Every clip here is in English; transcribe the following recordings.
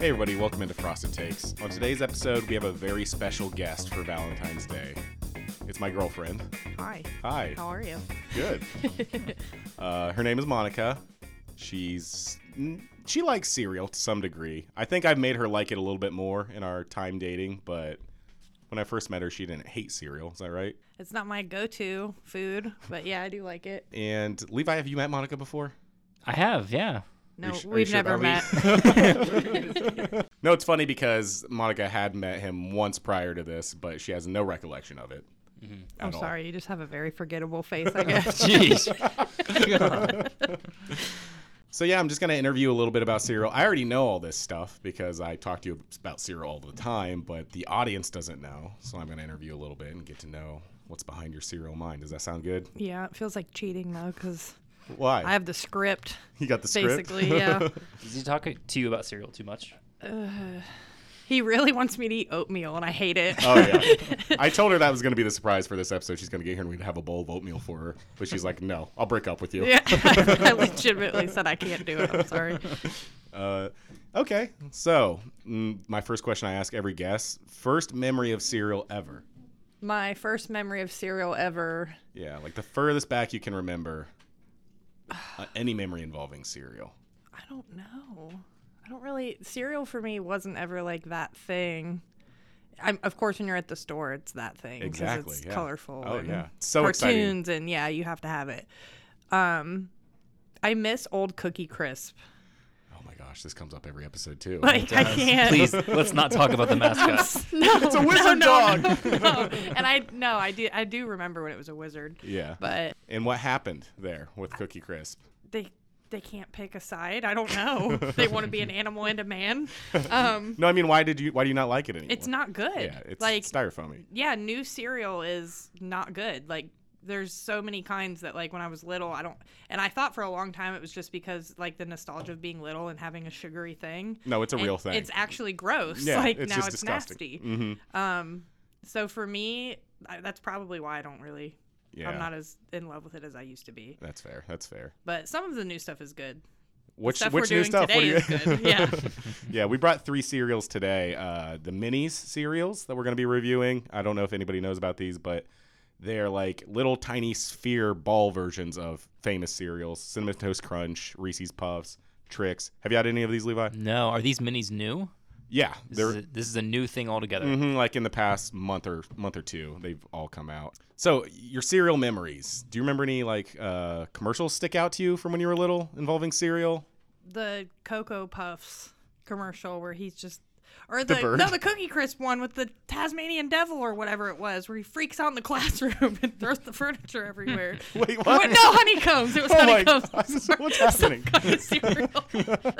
Hey, everybody, welcome into Frosted Takes. On today's episode, we have a very special guest for Valentine's Day. It's my girlfriend. Hi. Hi. How are you? Good. uh, her name is Monica. She's. mm, She likes cereal to some degree. I think I've made her like it a little bit more in our time dating, but when I first met her, she didn't hate cereal. Is that right? It's not my go-to food, but yeah, I do like it. And Levi, have you met Monica before? I have, yeah. No, you sh- are you we've sure never met. about No, it's funny because Monica had met him once prior to this, but she has no recollection of it. at I'm all. sorry, you just have a very forgettable face, I guess. Jeez. So yeah, I'm just gonna interview a little bit about cereal. I already know all this stuff because I talk to you about cereal all the time, but the audience doesn't know. So I'm gonna interview a little bit and get to know what's behind your cereal mind. Does that sound good? yeah, it feels like cheating though, because Why? I have the script, you got the script. basically. Yeah. Does he talk to you about cereal too much? He really wants me to eat oatmeal, and I hate it. oh yeah. I told her that was gonna be the surprise for this episode. She's gonna get here and we'd have a bowl of oatmeal for her, but she's like, "No, I'll break up with you." yeah, I legitimately said I can't do it. I'm sorry. Uh, okay. So mm, my first question I ask every guest: first memory of cereal ever. My first memory of cereal ever. Yeah, like the furthest back you can remember, uh, any memory involving cereal. I don't know. I don't really cereal for me wasn't ever like that thing. I'm, of course, when you're at the store, it's that thing 'cause Exactly, it's yeah. colorful. Oh and yeah, it's so exciting. cartoons and yeah, you have to have it. Um, I miss old Cookie Crisp. Oh my gosh, this comes up every episode too. Like I can't. Please, let's not talk about the mascot. No, it's a wizard no, no, no. And I no, I do I do remember when it was a wizard, yeah. but and what happened there with Cookie Crisp? they they can't pick a side. I don't know. they want to be an animal and a man. Um, No, I mean, why did you? Why do you not like it anymore? it's not good. Yeah, it's like styrofoamy. yeah, new cereal is not good. Like there's so many kinds that like when I was little, I don't and I thought for a long time it was just because like the nostalgia of being little and having a sugary thing. No, it's a And real thing. It's actually gross. Yeah, like it's now just it's disgusting. Mm-hmm. nasty. Um so for me, I, that's probably why I don't really yeah, I'm not as in love with it as I used to be. that's fair. That's fair. But some of the new stuff is good. Which Stuff which we're new doing stuff? today is what are you? good. Yeah. yeah, we brought three cereals today. Uh, the minis cereals that we're going to be reviewing. I don't know if anybody knows about these, but they're like little tiny sphere ball versions of famous cereals: Cinnamon Toast Crunch, Reese's Puffs, Trix. Have you had any of these, Levi? Mm-hmm. No, are these minis new? Yeah, This, they're is a, this is a new thing altogether. mhm, like in the past month or month or two, they've all come out. So your cereal memories. Do you remember any like uh, commercials stick out to you from when you were little involving cereal? the Cocoa Puffs commercial where he's just or The the, bird? no the Cookie Crisp one with the Tasmanian devil or whatever it was where he freaks out in the classroom and throws the furniture everywhere. Wait, what? What? No honeycombs. It was Oh my honeycombs. gosh, I'm sorry. what's Some happening? kind of cereal. it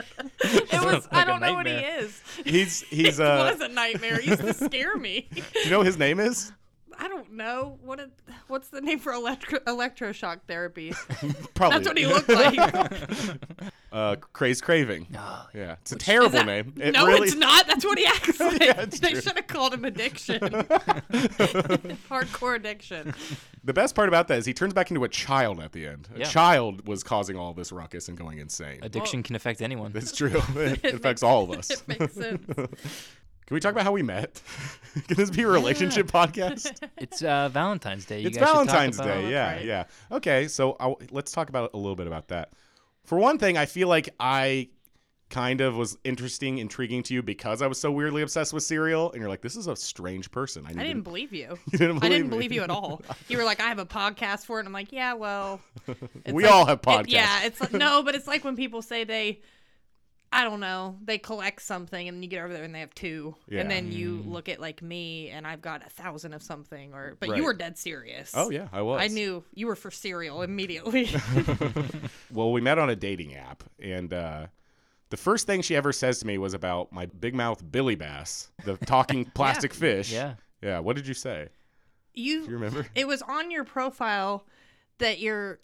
was. Sounds I like a don't know what he nightmare. is. He's he's it uh. was a nightmare. He used to scare me. do you know what his name is? I don't know what. It, what's the name for electro, electroshock therapy? Probably. That's what he looked like. Uh, Craze Craving. yeah, it's a Is terrible that- name. It no, really, it's not. That's what he acts like. it's they true. should have called him addiction. Hardcore addiction. The best part about that is he turns back into a child at the end. A Yeah. child was causing all this ruckus and going insane. Addiction can affect anyone. That's true. It, affects all of us. It makes sense. Can we talk about how we met? Can this be a relationship podcast? It's uh, Valentine's Day. You it's guys should talk Valentine's about- Day. Yeah, right. yeah. Okay, so i let's talk about a little bit about that. For one thing, I feel like I kind of was interesting, intriguing to you because I was so weirdly obsessed with cereal, and you're like, "This is a strange person." I, need I to- didn't believe you. You didn't I didn't believe me. believe you at all. You were like, I have a podcast for it. And I'm like, yeah, well. it's We like- all have podcasts. it- yeah, it's like, no, but it's like when people say they, I don't know, they collect something and you get over there and they have two. Yeah. Mm. And then you look at like me and I've got a thousand of something. or But Right. you were dead serious. Oh yeah, I was. I knew you were for cereal immediately. Well, we met on a dating app, and uh, the first thing she ever says to me was about my big mouth Billy Bass, the talking plastic fish. Yeah. Yeah. What did you say? you, Do you remember? it was on your profile that you're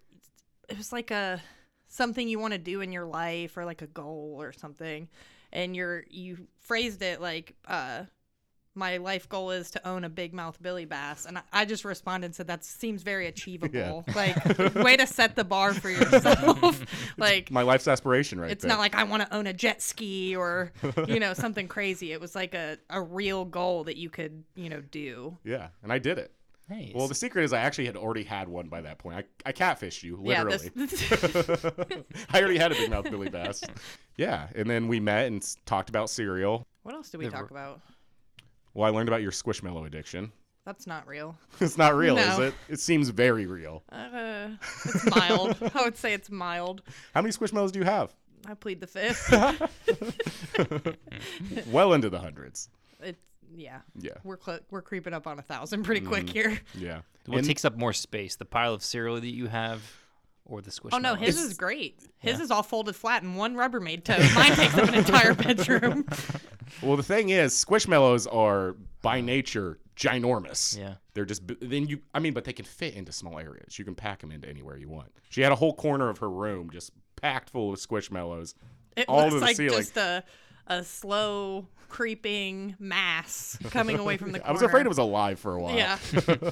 it was like a something you want to do in your life or like a goal or something and you're you phrased it like uh my life goal is to own a big mouth billy bass and I- i just responded and said that seems very achievable like way to set the bar for yourself like My life's aspiration, right it's there. not like I want to own a jet ski or you know something crazy. It was like a, a real goal that you could you know do. yeah, and I did it. Nice. Well, the secret is I actually had already had one by that point. I, I catfished you, literally. Yeah, this, I already had a big mouth Billy Bass. Yeah, and then we met and s- talked about cereal. what else did we Never- talk about? Well, I learned about your Squishmallow addiction. That's not real. it's not real, is No. it? It seems very real. Uh, it's mild. I would say it's mild. How many Squishmallows do you have? I plead the fifth. Well into the hundreds. It's yeah. Yeah, We're cl- we're creeping up on a thousand pretty Mm. quick here. yeah. what And- takes up more space, the pile of cereal that you have, or the squish? Oh no, his is great. His is all folded flat in one Rubbermaid tote. Mine takes up an entire bedroom. Well, the thing is, squishmallows are by nature ginormous. Yeah. They're just b- then you. I mean, but they can fit into small areas. You can pack them into anywhere you want. She had a whole corner of her room just packed full of squishmallows. It All to looks the like ceiling. just a a slow creeping mass coming away from the corner. I was afraid it was alive for a while. Yeah.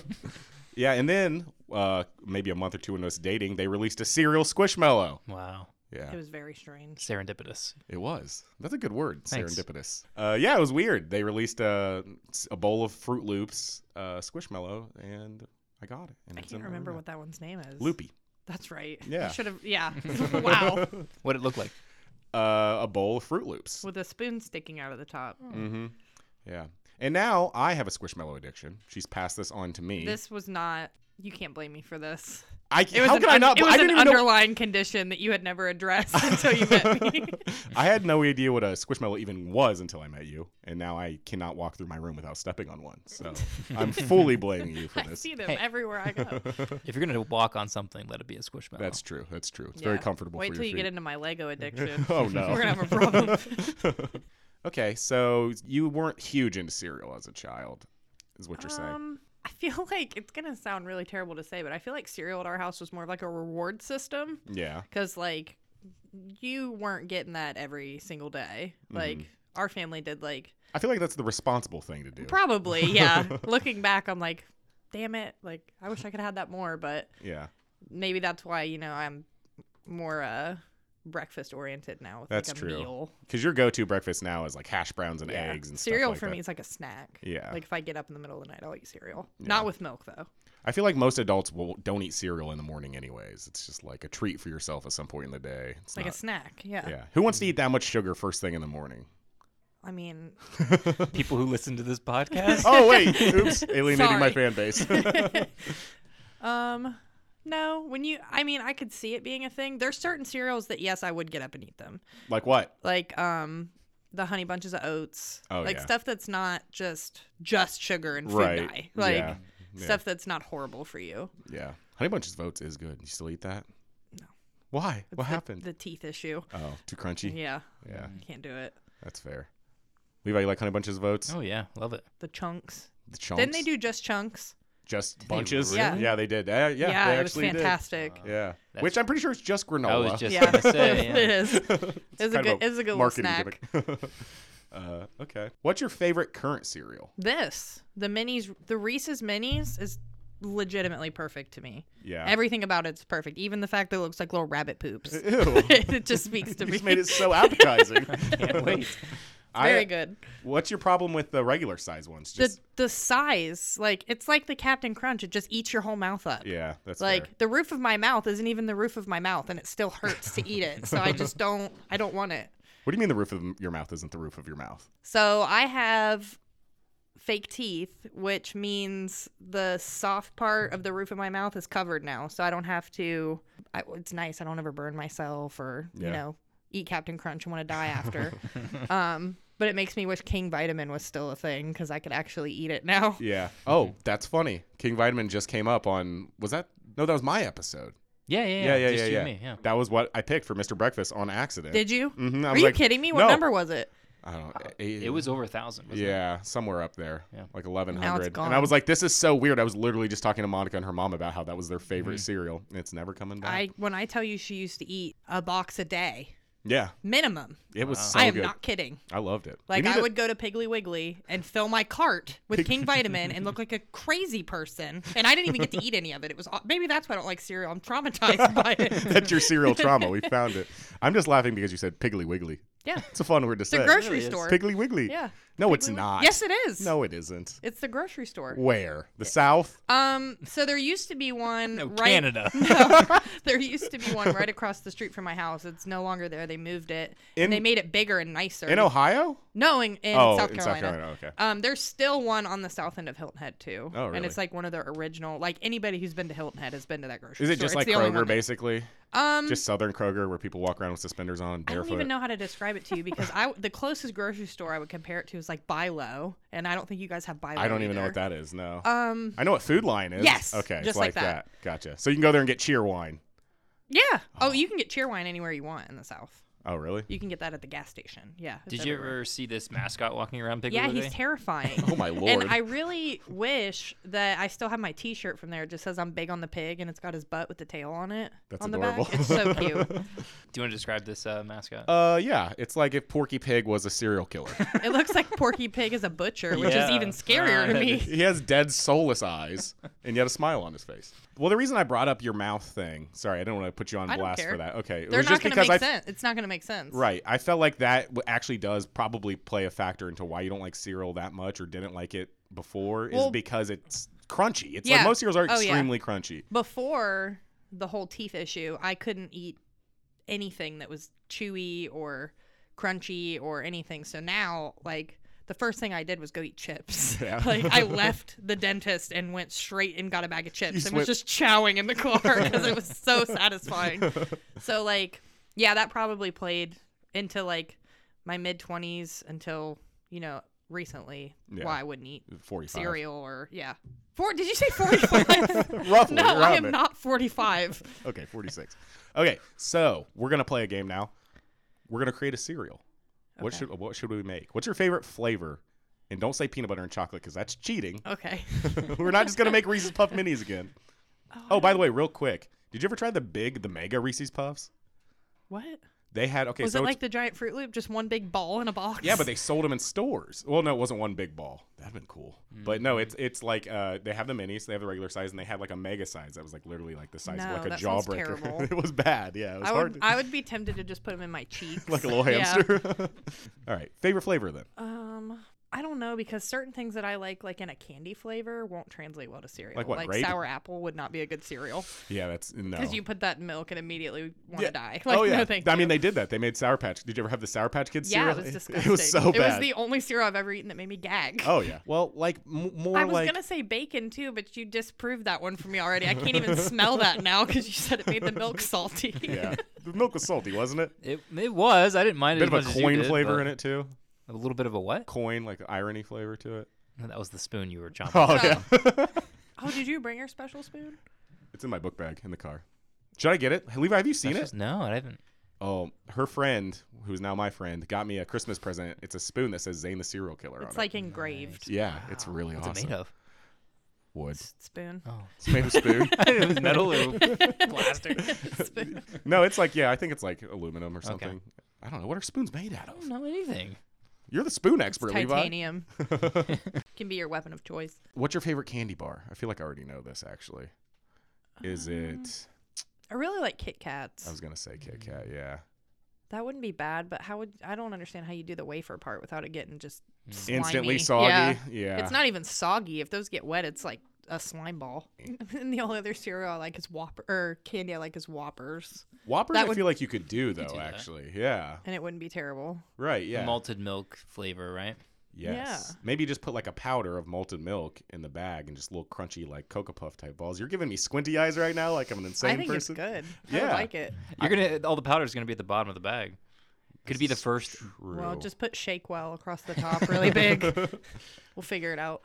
Yeah, and then uh, maybe a month or two into us dating, they released a cereal squishmallow. Wow. Yeah, It was very strange. Serendipitous. it was. That's a good word, Thanks. serendipitous. Uh, yeah, it was weird. They released a, a bowl of Fruit Loops uh, squishmallow, and I got it. And I can't remember what that one's name is. Loopy. That's right. Yeah. Should have. Yeah. wow. What it looked like? uh, a bowl of Fruit Loops. With a spoon sticking out of the top. Mm-hmm. Yeah. And now I have a Squishmallow addiction. She's passed this on to me. This was not. You can't blame me for this. I, It was how an, can I un- not? It was I didn't an even know. underlying condition that you had never addressed until you met me. I had no idea what a Squishmallow even was until I met you, and now I cannot walk through my room without stepping on one. So I'm fully blaming you for I this. see them Hey. everywhere I go. If you're gonna walk on something, let it be a squishmallow. That's true. That's true. It's Yeah. very comfortable. Wait for till your you get into my Lego addiction. Oh We're no. gonna have a problem. okay, so you weren't huge into cereal as a child, is what you're saying. Um, I feel like it's gonna sound really terrible to say, but I feel like cereal at our house was more of like a reward system Yeah. because like you weren't getting that every single day. Mm-hmm. Like our family did. Like I feel like that's the responsible thing to do. probably, yeah. Looking back, I'm like, damn it. Like I wish I could have had that more, but yeah. maybe that's why you know I'm more uh breakfast oriented now. With, That's like, a true. Meal. Because your go-to breakfast now is like hash browns and Yeah. eggs and cereal stuff like for that. me is like a snack. Yeah. Like if I get up in the middle of the night, I'll eat cereal. Not with milk though. I feel like most adults will, don't eat cereal in the morning anyways. It's just like a treat for yourself at some point in the day. It's It's not, like a uh, mm. snack. Yeah. yeah. Who wants to eat that much sugar first thing in the morning? I mean, People who listen to this podcast. Oh wait, oops, alienating my Sorry. fan base. Um, no. When you, I mean, I could see it being a thing. There's certain cereals that yes, I would get up and eat them, like what? like um, the honey bunches of oats, Oh, like yeah. stuff that's not just just sugar and food Right. dye, like Yeah. Yeah. stuff that's not horrible for you. Yeah, Honey Bunches of Oats is good. You still eat that? No. Why? what The- happened? The teeth issue. oh, too crunchy. Yeah, Yeah, can't do it. that's fair. Levi, you like Honey Bunches of Oats? Oh yeah, love it. The chunks. The chunks? Didn't they do just chunks? just bunches? Yeah. yeah, they did. Uh, yeah, they it was actually fantastic. did. Uh, Yeah, That's- which I'm pretty sure it's just granola. I was just Yeah, gonna say. it Yeah. is. It's a Kind of good. It's a good little marketing snack. gimmick. uh, okay. What's your favorite current cereal? This, the minis, the Reese's minis is legitimately perfect to me. Yeah. Everything about it's perfect. Even the fact that it looks like little rabbit poops. Ew. it just speaks to you me. just made it so appetizing. Can't wait. I- Very good. What's your problem with the regular size ones? Just the the size, like it's like the Captain Crunch. It just eats your whole mouth up. yeah, that's Like fair. the roof of my mouth isn't even the roof of my mouth, and it still hurts to eat it. So I just don't. I don't want it. What do you mean the roof of your mouth isn't the roof of your mouth? So I have fake teeth, which means the soft part of the roof of my mouth is covered now. So I don't have to. I, it's nice. I don't ever burn myself or Yeah. you know eat Captain Crunch and want to die after. um, but it makes me wish King Vitamin was still a thing because I could actually eat it now. Yeah. Oh, that's funny. King Vitamin just came up on was that? No, that was my episode. Yeah, yeah, yeah. Yeah, yeah, yeah, just you yeah. and me. Yeah. That was what I picked for Mr. Breakfast on accident. Did you? Mhm, I Are was you like, kidding me? What no. number Uh, was it? I don't. eh, know. It, It was over a thousand. Wasn't It? Yeah, somewhere up there, Yeah. like eleven Now it's hundred. gone. And I was like, "This is so weird." I was literally just talking to Monica and her mom about Mm-hmm. how that was their favorite cereal, and it's never coming back. I when I tell you she used to eat a box a day. Yeah, minimum. it was Wow. so I am good. not kidding. I loved it. We Like need I to- would go to Piggly Wiggly and fill my cart with King Vitamin and look like a crazy person, and I didn't even get to eat any of it. It was aw- maybe that's why I don't like cereal. I'm traumatized by it. That's your serial trauma. We found it. I'm just laughing because you said Piggly Wiggly. Yeah, It's a fun word to it's a say. grocery really is. store. Piggly Wiggly. Yeah. No, it's not. Yes, it is. No, it isn't. it's the grocery store. Where? The South? Um, so there used to be one No, right Canada. No, there used to be one right across the street from my house. It's no longer there. They moved it In- and they made it bigger and nicer. In Ohio? no, in, in oh, South in Carolina. South Carolina. Okay. Um, there's still one on the south end of Hilton Head too. Oh, And really? it's like one of their original. Like anybody who's been to Hilton Head has been to that grocery Is store. it just It's like the only one Kroger, that- basically? Um, Just Southern Kroger, where people walk around with suspenders on I barefoot? don't even know how to describe it to you because I the closest grocery store I would compare it to is like Bilo, and I don't think you guys have Bilo. I don't even know what either. that is. No. Um, I know what Food Line is. yes, Okay. it's just like that. Gotcha. So you can go there and get cheer wine. yeah. Oh, you can get cheer wine anywhere you want in the south. Oh, really? You can get that at the gas station. Yeah. it's Did you everywhere. ever see this mascot walking around Piggly Yeah, Wiggly? he's terrifying. Oh my lord. And I really wish that I still have my T-shirt from there. It just says "I'm big on the pig" and it's got his butt with the tail on it. That's on adorable. The back. It's so cute. Do you want to describe this uh, mascot? Uh, yeah. It's like if Porky Pig was a serial killer. It looks like Porky Pig is a butcher, which is Yeah. even scarier to Uh, me. he has dead, soulless eyes, and yet a smile on his face. Well, the reason I brought up your mouth thing. Sorry, I don't want to put you on I don't blast care. for that. Okay. It They're was not just going to because make I sense. It's not going to make sense. Right. I felt like that w- actually does probably play a factor into why you don't like cereal that much or didn't like it before Well- is because it's crunchy. It's Yeah. like most cereals are Oh, yeah. extremely crunchy. Before the whole teeth issue, I couldn't eat anything that was chewy or crunchy or anything. So now, like, the first thing I did was go eat chips. Yeah. Like, I left the dentist and went straight and got a bag of chips just and was went- just chowing in the car because it was so satisfying. So, like, yeah, that probably played into, like, my mid 20s until, you know, recently Yeah. why I wouldn't eat 45. cereal or yeah. Four? Did you say forty-five? Roughly. no, I around am there. not forty-five. Okay, 46. okay, so we're going to play a game now. We're going to create a cereal. What Okay. should what should we make? What's your favorite flavor? And don't say peanut butter and chocolate cuz that's cheating. Okay. we're not just going to make Reese's Puff minis again. Oh, by the way, real quick. Did you ever try the big the mega Reese's Puffs? What They had okay, was so it it's- like the giant Fruit Loop? Just one big ball in a box? Yeah, but they sold them in stores. Well, no, it wasn't one big ball. That'd been cool. But no, it's it's like uh, they have the minis, they have the regular size, and they had like a mega size that was like literally like the size No, of like a that sounds terrible. jawbreaker. it was bad. Yeah, it was I hard. would. to- I would be tempted to just put them in my cheeks. like a little hamster. All right, favorite flavor then. Um. I don't know because certain things that I like, like in a candy flavor, won't translate well to cereal. Like what, Like grape? sour apple would not be a good cereal Yeah, that's no. because you put that in milk and immediately want to Yeah. die. Like, oh yeah, no, thank I mean you. they did that. They made Sour Patch. Did you ever have the Sour Patch Kids yeah, cereal? it was disgusting. It was so It was bad. the only cereal I've ever eaten that made me gag. oh yeah. Well, like m- more I was like gonna say bacon too, but you disproved that one for me already. I can't even smell that now because you said it made the milk salty. yeah, the milk was salty, wasn't it? it, it was. I didn't mind A it. bit as of much as a you coin did, flavor but in it too. A little bit of a what? Coin, like irony flavor to it. No, that was the spoon you were chomping. Oh Oh. yeah. Oh, did you bring your special spoon? It's in my book bag in the car. Should I get it? Hey, Levi, have you seen That's it? just- no, I haven't. oh, her friend, who's now my friend, got me a Christmas present. It's a spoon that says Zane the Serial Killer on It's it. like engraved yeah, it's really What's awesome. it made of? Wood. S- spoon. Oh, It's made of spoon. I didn't know it was metal or plastic. spoon. no, it's like yeah, I think it's like aluminum or something. I don't know what are spoons made out I of. don't know anything. You're the spoon expert, Levi. Titanium can be your weapon of choice. What's your favorite candy bar? I feel like I already know this actually. Is Um, it? I really like Kit I Kats. was gonna say Kit Kat. Yeah. That wouldn't be bad, but how would I don't understand how you do the wafer part without it getting just slimy. Mm. Instantly soggy. Yeah. Yeah. It's not even soggy. If those get wet, it's like a slime ball. and the only other cereal I like is Whopper or candy I like is Whoppers, Whoppers. that I would- feel like you could do though. do that. actually, yeah. and it wouldn't be terrible. Right. Yeah. Malted milk flavor, right? Yes. Maybe just put like a powder of malted milk in the bag and just little crunchy like Cocoa Puff type balls. You're giving me squinty eyes right now, like I'm an insane I think person. it's good. I would Yeah. like it. You're gonna all the powder's gonna be at the bottom of the bag. Could be the first. True. Well, just put Shake Well across the top, really big. we'll figure it out.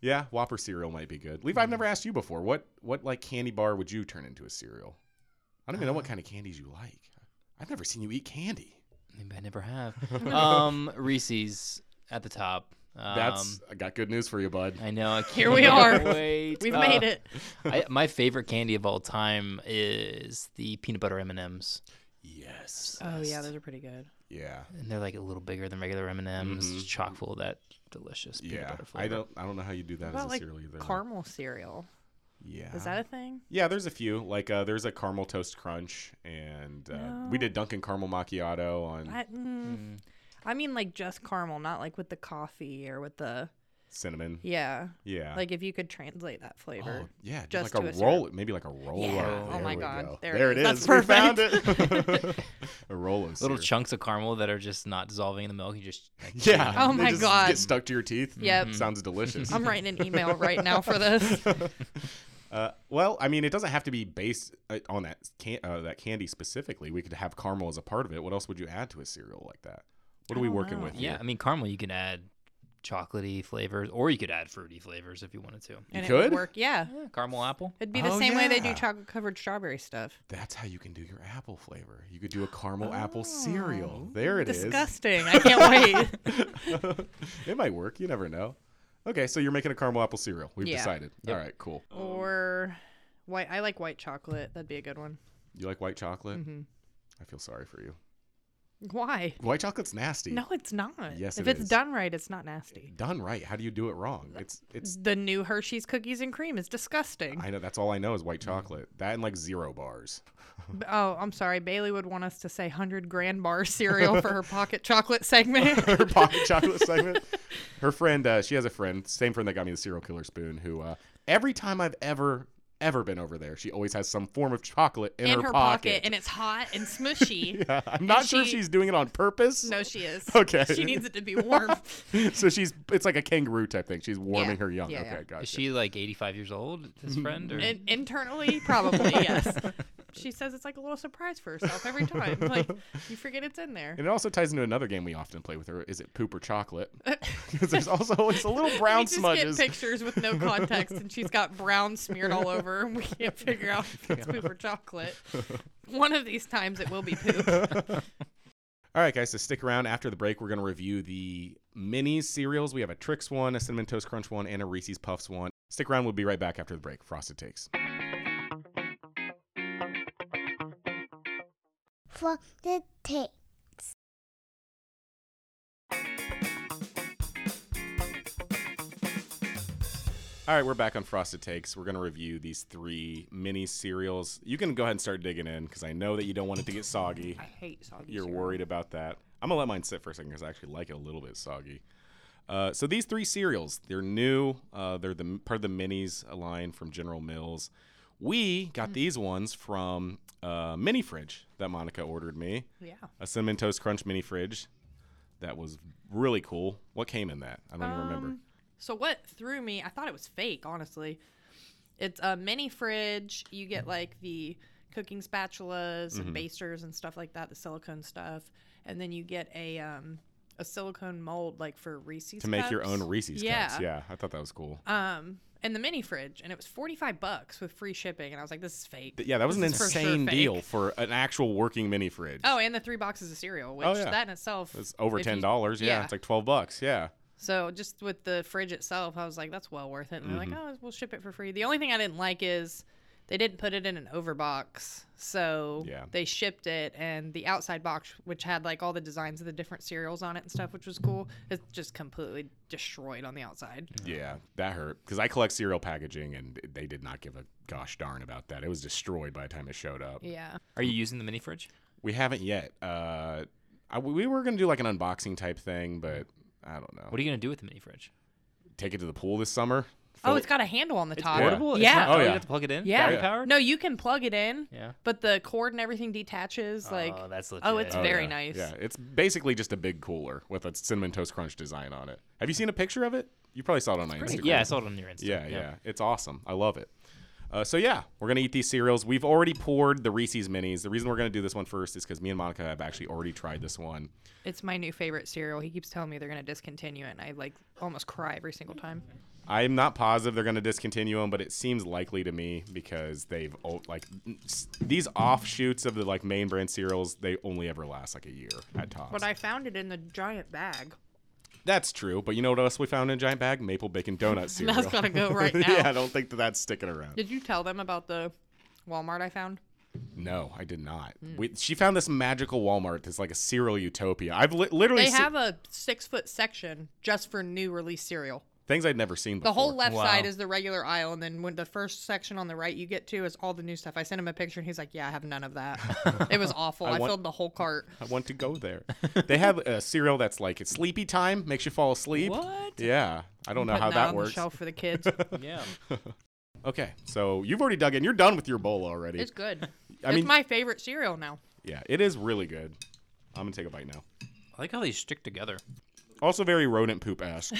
yeah, Whopper cereal might be good. Hmm. Levi, I've never asked you before. What what like candy bar would you turn into a cereal? I don't even know Uh. what kind of candies you like. I've never seen you eat candy. Maybe I never have. um, Reese's at the top. Um, That's I got good news for you, bud. uh, I know. I can't Here we are. Wait. We've Uh, made it. I, my favorite candy of all time is the peanut butter M and M's. Yes. Oh yeah, best. those are pretty good. Yeah. and they're like a little bigger than regular M and M's, Mhm. chock full of that delicious peanut Yeah. butter flavor. I don't. I don't know how you do that What about, as a like, cereal either. Caramel cereal. Yeah. Is that a thing? Yeah, there's a few. Like uh, there's a caramel toast crunch, and uh, we No. did Dunkin' caramel macchiato on I, mm, Mm-hmm. Mm. I mean, like just caramel, not like with the coffee or with the cinnamon. yeah. Yeah. Like if you could translate that flavor. Oh, yeah, do just like to a, a roll, maybe like a roll. Yeah. of- Oh there my we God. go. There There, it it is. is. That's we found it. a roll of Little syrup. chunks of caramel that are just not dissolving in the milk. You just like, Yeah. Oh they my just God. Get stuck to your teeth. Mm-hmm. Yep. Sounds delicious. I'm writing an email right now for this. Uh, well, I mean, it doesn't have to be based uh, on that can- uh, that candy specifically. We could have caramel as a part of it. What else would you add to a cereal like that? What I are we don't working know. with? yeah. here? I mean, caramel you can add chocolatey flavors, or you could add fruity flavors if you wanted to. And it could? would work. Yeah. Yeah, caramel apple. It'd be the Oh, same way they do yeah. chocolate covered strawberry stuff. that's how you can do your apple flavor. You could do a caramel apple cereal. There it is. Oh, Disgusting. I can't wait. it might work. You never know. Okay, so you're making a caramel apple cereal. We've Yeah. decided. All right, cool. or white. I like white chocolate. That'd be a good one. You like white chocolate? hmm I feel sorry for you. Why? White chocolate's nasty. No, it's not. Yes, if it it's is. done right, it's not nasty. Done right. How do you do it wrong? It's it's. The new Hershey's cookies and cream is disgusting. I know that's all I know is Mm. white chocolate. That and like zero bars. B- Oh, I'm sorry. Bailey would want us to say 100 grand bar cereal for her pocket chocolate segment. her pocket chocolate segment. Her friend, uh, she has a friend, same friend that got me the serial killer spoon. Who uh, every time I've ever ever been over there, she always has some form of chocolate in, in her, pocket. and it's hot and smushy. yeah, I'm not sure if she- she's doing it on purpose. No, she is. Okay. She needs it to be warm. so she's it's like a kangaroo type thing. She's warming Yeah. her young. Yeah, okay, yeah. gotcha. Is she like 85 years old? His friend, or In- internally, probably, yes. She says it's like a little surprise for herself every time. Like, you forget it's in there. and it also ties into another game we often play with her. Is it poop or chocolate? Because there's also always a little brown we just smudges. get pictures with no context, and she's got brown smeared all over, and we can't figure out if it's poop or chocolate. One of these times it will be poop. All right, guys, so stick around after the break. We're going to review the mini cereals. We have a Trix one, a Cinnamon Toast Crunch one, and a Reese's Puffs one. Stick around. We'll be right back after the break. Frosted Takes. for the tape. All right, we're back on Frosted Takes. We're going to review these three mini cereals. You can go ahead and start digging in because I know that you don't want it to get soggy. I hate soggy You're cereal. worried about that. I'm going to let mine sit for a second because I actually like it a little bit soggy. Uh, so these three cereals, they're new. Uh, they're the part of the minis line from General Mills. We Hmm. got these ones from uh, mini fridge that Monica ordered me. Yeah. A cinnamon toast crunch mini fridge. That was really cool. What came in that? I don't even Um, remember. So what threw me? I thought it was fake, honestly. It's a mini fridge. You Mm-hmm. get like the cooking spatulas and basters and stuff like that, the silicone stuff, and then you get a um, a silicone mold like for Reese's To make your cups. own Reese's cups. Yeah. Yeah, I thought that was cool. um and the mini fridge and it was 45 bucks with free shipping and i was like this is fake Th- yeah, that was an This is for sure insane fake. deal for an actual working mini fridge. oh and the three boxes of cereal which Oh, yeah. that in itself it's over if you- ten dollars. yeah, yeah. it's like twelve bucks. Yeah. so just with the fridge itself i was like that's well worth it and they're Mm-hmm. like oh we'll ship it for free the only thing i didn't like is they didn't put it in an overbox so Yeah. they shipped it and the outside box which had like all the designs of the different cereals on it and stuff which was cool it's just completely destroyed on the outside Yeah, that hurt because I collect cereal packaging, and they did not give a gosh darn about that. It was destroyed by the time it showed up. yeah are you using the mini fridge? We haven't yet. Uh, I, we were gonna do like an unboxing type thing, but I don't know. What are you gonna do with the mini fridge? Take it to the pool this summer. oh Fill it's it- got a handle on the top portable? It's yeah not- oh, Oh, you yeah. have to plug it in. Yeah. Battery powered. No, you can plug it in. Yeah. But the cord and everything detaches. Like, oh, that's legit. oh, it's Oh, very yeah. nice. Yeah, it's basically just a big cooler with a cinnamon toast crunch design on it. Have you seen a picture of it? You probably saw it on my Instagram. Yeah, I saw it on your Instagram. Yeah, yeah, It's awesome. I love it. Uh, so yeah, we're gonna eat these cereals. We've already poured the Reese's minis. The reason we're gonna do this one first is because me and Monica have actually already tried this one. It's my new favorite cereal. He keeps telling me they're gonna discontinue it, and I like almost cry every single time. I'm not positive they're gonna discontinue them, but it seems likely to me because they've o- like s- these offshoots of the like main brand cereals. They only ever last like a year at tops. But I found it in the giant bag. That's true. But you know what else we found in a giant bag? Maple bacon donut cereal. That's gotta go right now. yeah, I don't think that that's sticking around. Did you tell them about the Walmart I found? No, I did not. Hmm. We, she found this magical Walmart that's like a cereal utopia. I've li- literally They seen have a six foot section just for new release cereal. things I'd never seen before. The whole left Wow. side is the regular aisle, and then when the first section on the right you get to is all the new stuff. I sent him a picture, and he's like, "Yeah, I have none of that. it was awful. I, want- filled the whole cart." I want to go there. they have a cereal that's like it's sleepy time, makes you fall asleep. What? Yeah, I don't know Putting how on that The works. shelf for the kids. Yeah. Okay, so you've already dug in. You're done with your bowl already. it's good. I mean- it's my favorite cereal now. yeah, it is really good. I'm gonna take a bite now. I like how they stick together. Also very rodent poop esque.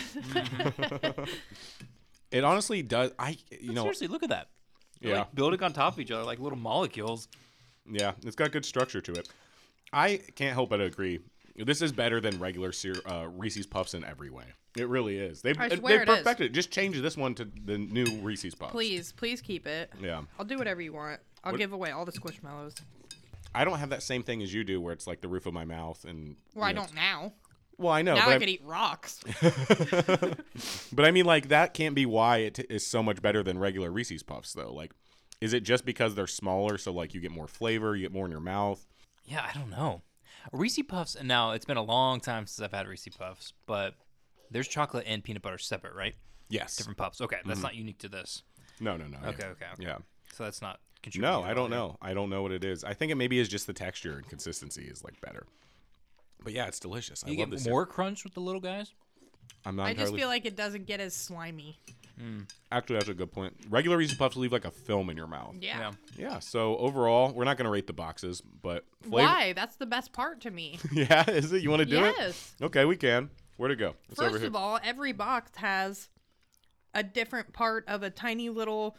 it honestly does. I you know Seriously, look at that. They're Yeah. like building on top of each other like little molecules. yeah, it's got good structure to it. I can't help but agree. This is better than regular cere- uh, Reese's Puffs in every way. It really is. They've, I it- swear they've it is. perfected it. Just change this one to the new Reese's Puffs. Please, please keep it. Yeah. I'll do whatever you want. I'll What- give away all the squishmallows. I don't have that same thing as you do, where it's like the roof of my mouth and. Well, I you know, don't now. Well, I know, now but, Oh, I I- could eat rocks. but I mean, like that can't be why it is so much better than regular Reese's Puffs, though. Like, is it just because they're smaller, so like you get more flavor, you get more in your mouth? Yeah, I don't know. Reese Puffs, and now it's been a long time since I've had Reese Puffs, but there's chocolate and peanut butter separate, right? Yes. Different puffs. Okay, Mm-hmm. that's not unique to this. No, no, no. yeah. Okay, okay, okay. Yeah. So that's not No, contributing at I all don't here. know. I don't know what it is. I think it maybe is just the texture and consistency is like better. But yeah, it's delicious. I You love get this. more crunch with the little guys? I'm not I just entirely. feel like it doesn't get as slimy. Actually, that's a good point. Regular Reese's Puffs leave like a film in your mouth. Ah. Yeah. Yeah. So overall, we're not gonna rate the boxes, but flavor. Why? That's the best part to me. Yeah, is it? You want to do it? yes. Okay, we can. Where to go? It's over First here. of all, every box has a different part of a tiny little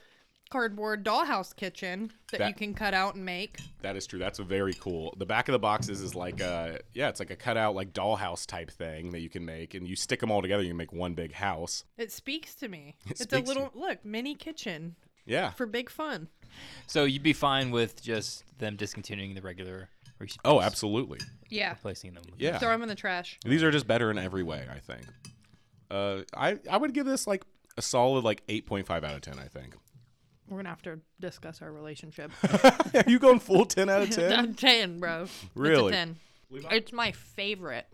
cardboard dollhouse kitchen that, you That- can cut out and make. that is true. That's very cool. The back of the boxes is like a yeah, it's like a cutout like dollhouse type thing that you can make, and you stick them all together, you make one big house. It speaks to me. it's a speaks to little look, mini kitchen Yeah. for big fun. So you'd be fine with just them discontinuing the regular Reese Puffs? Oh, absolutely. Yeah. Replacing them. with- Yeah. Throw them in the trash. These are just better in every way, I think. Uh, I I would give this like a solid like eight point five out of ten. I think. We're gonna have to discuss our relationship. Are you going full ten out of ten? I'm ten, bro. It's a Really? 10. It's my favorite.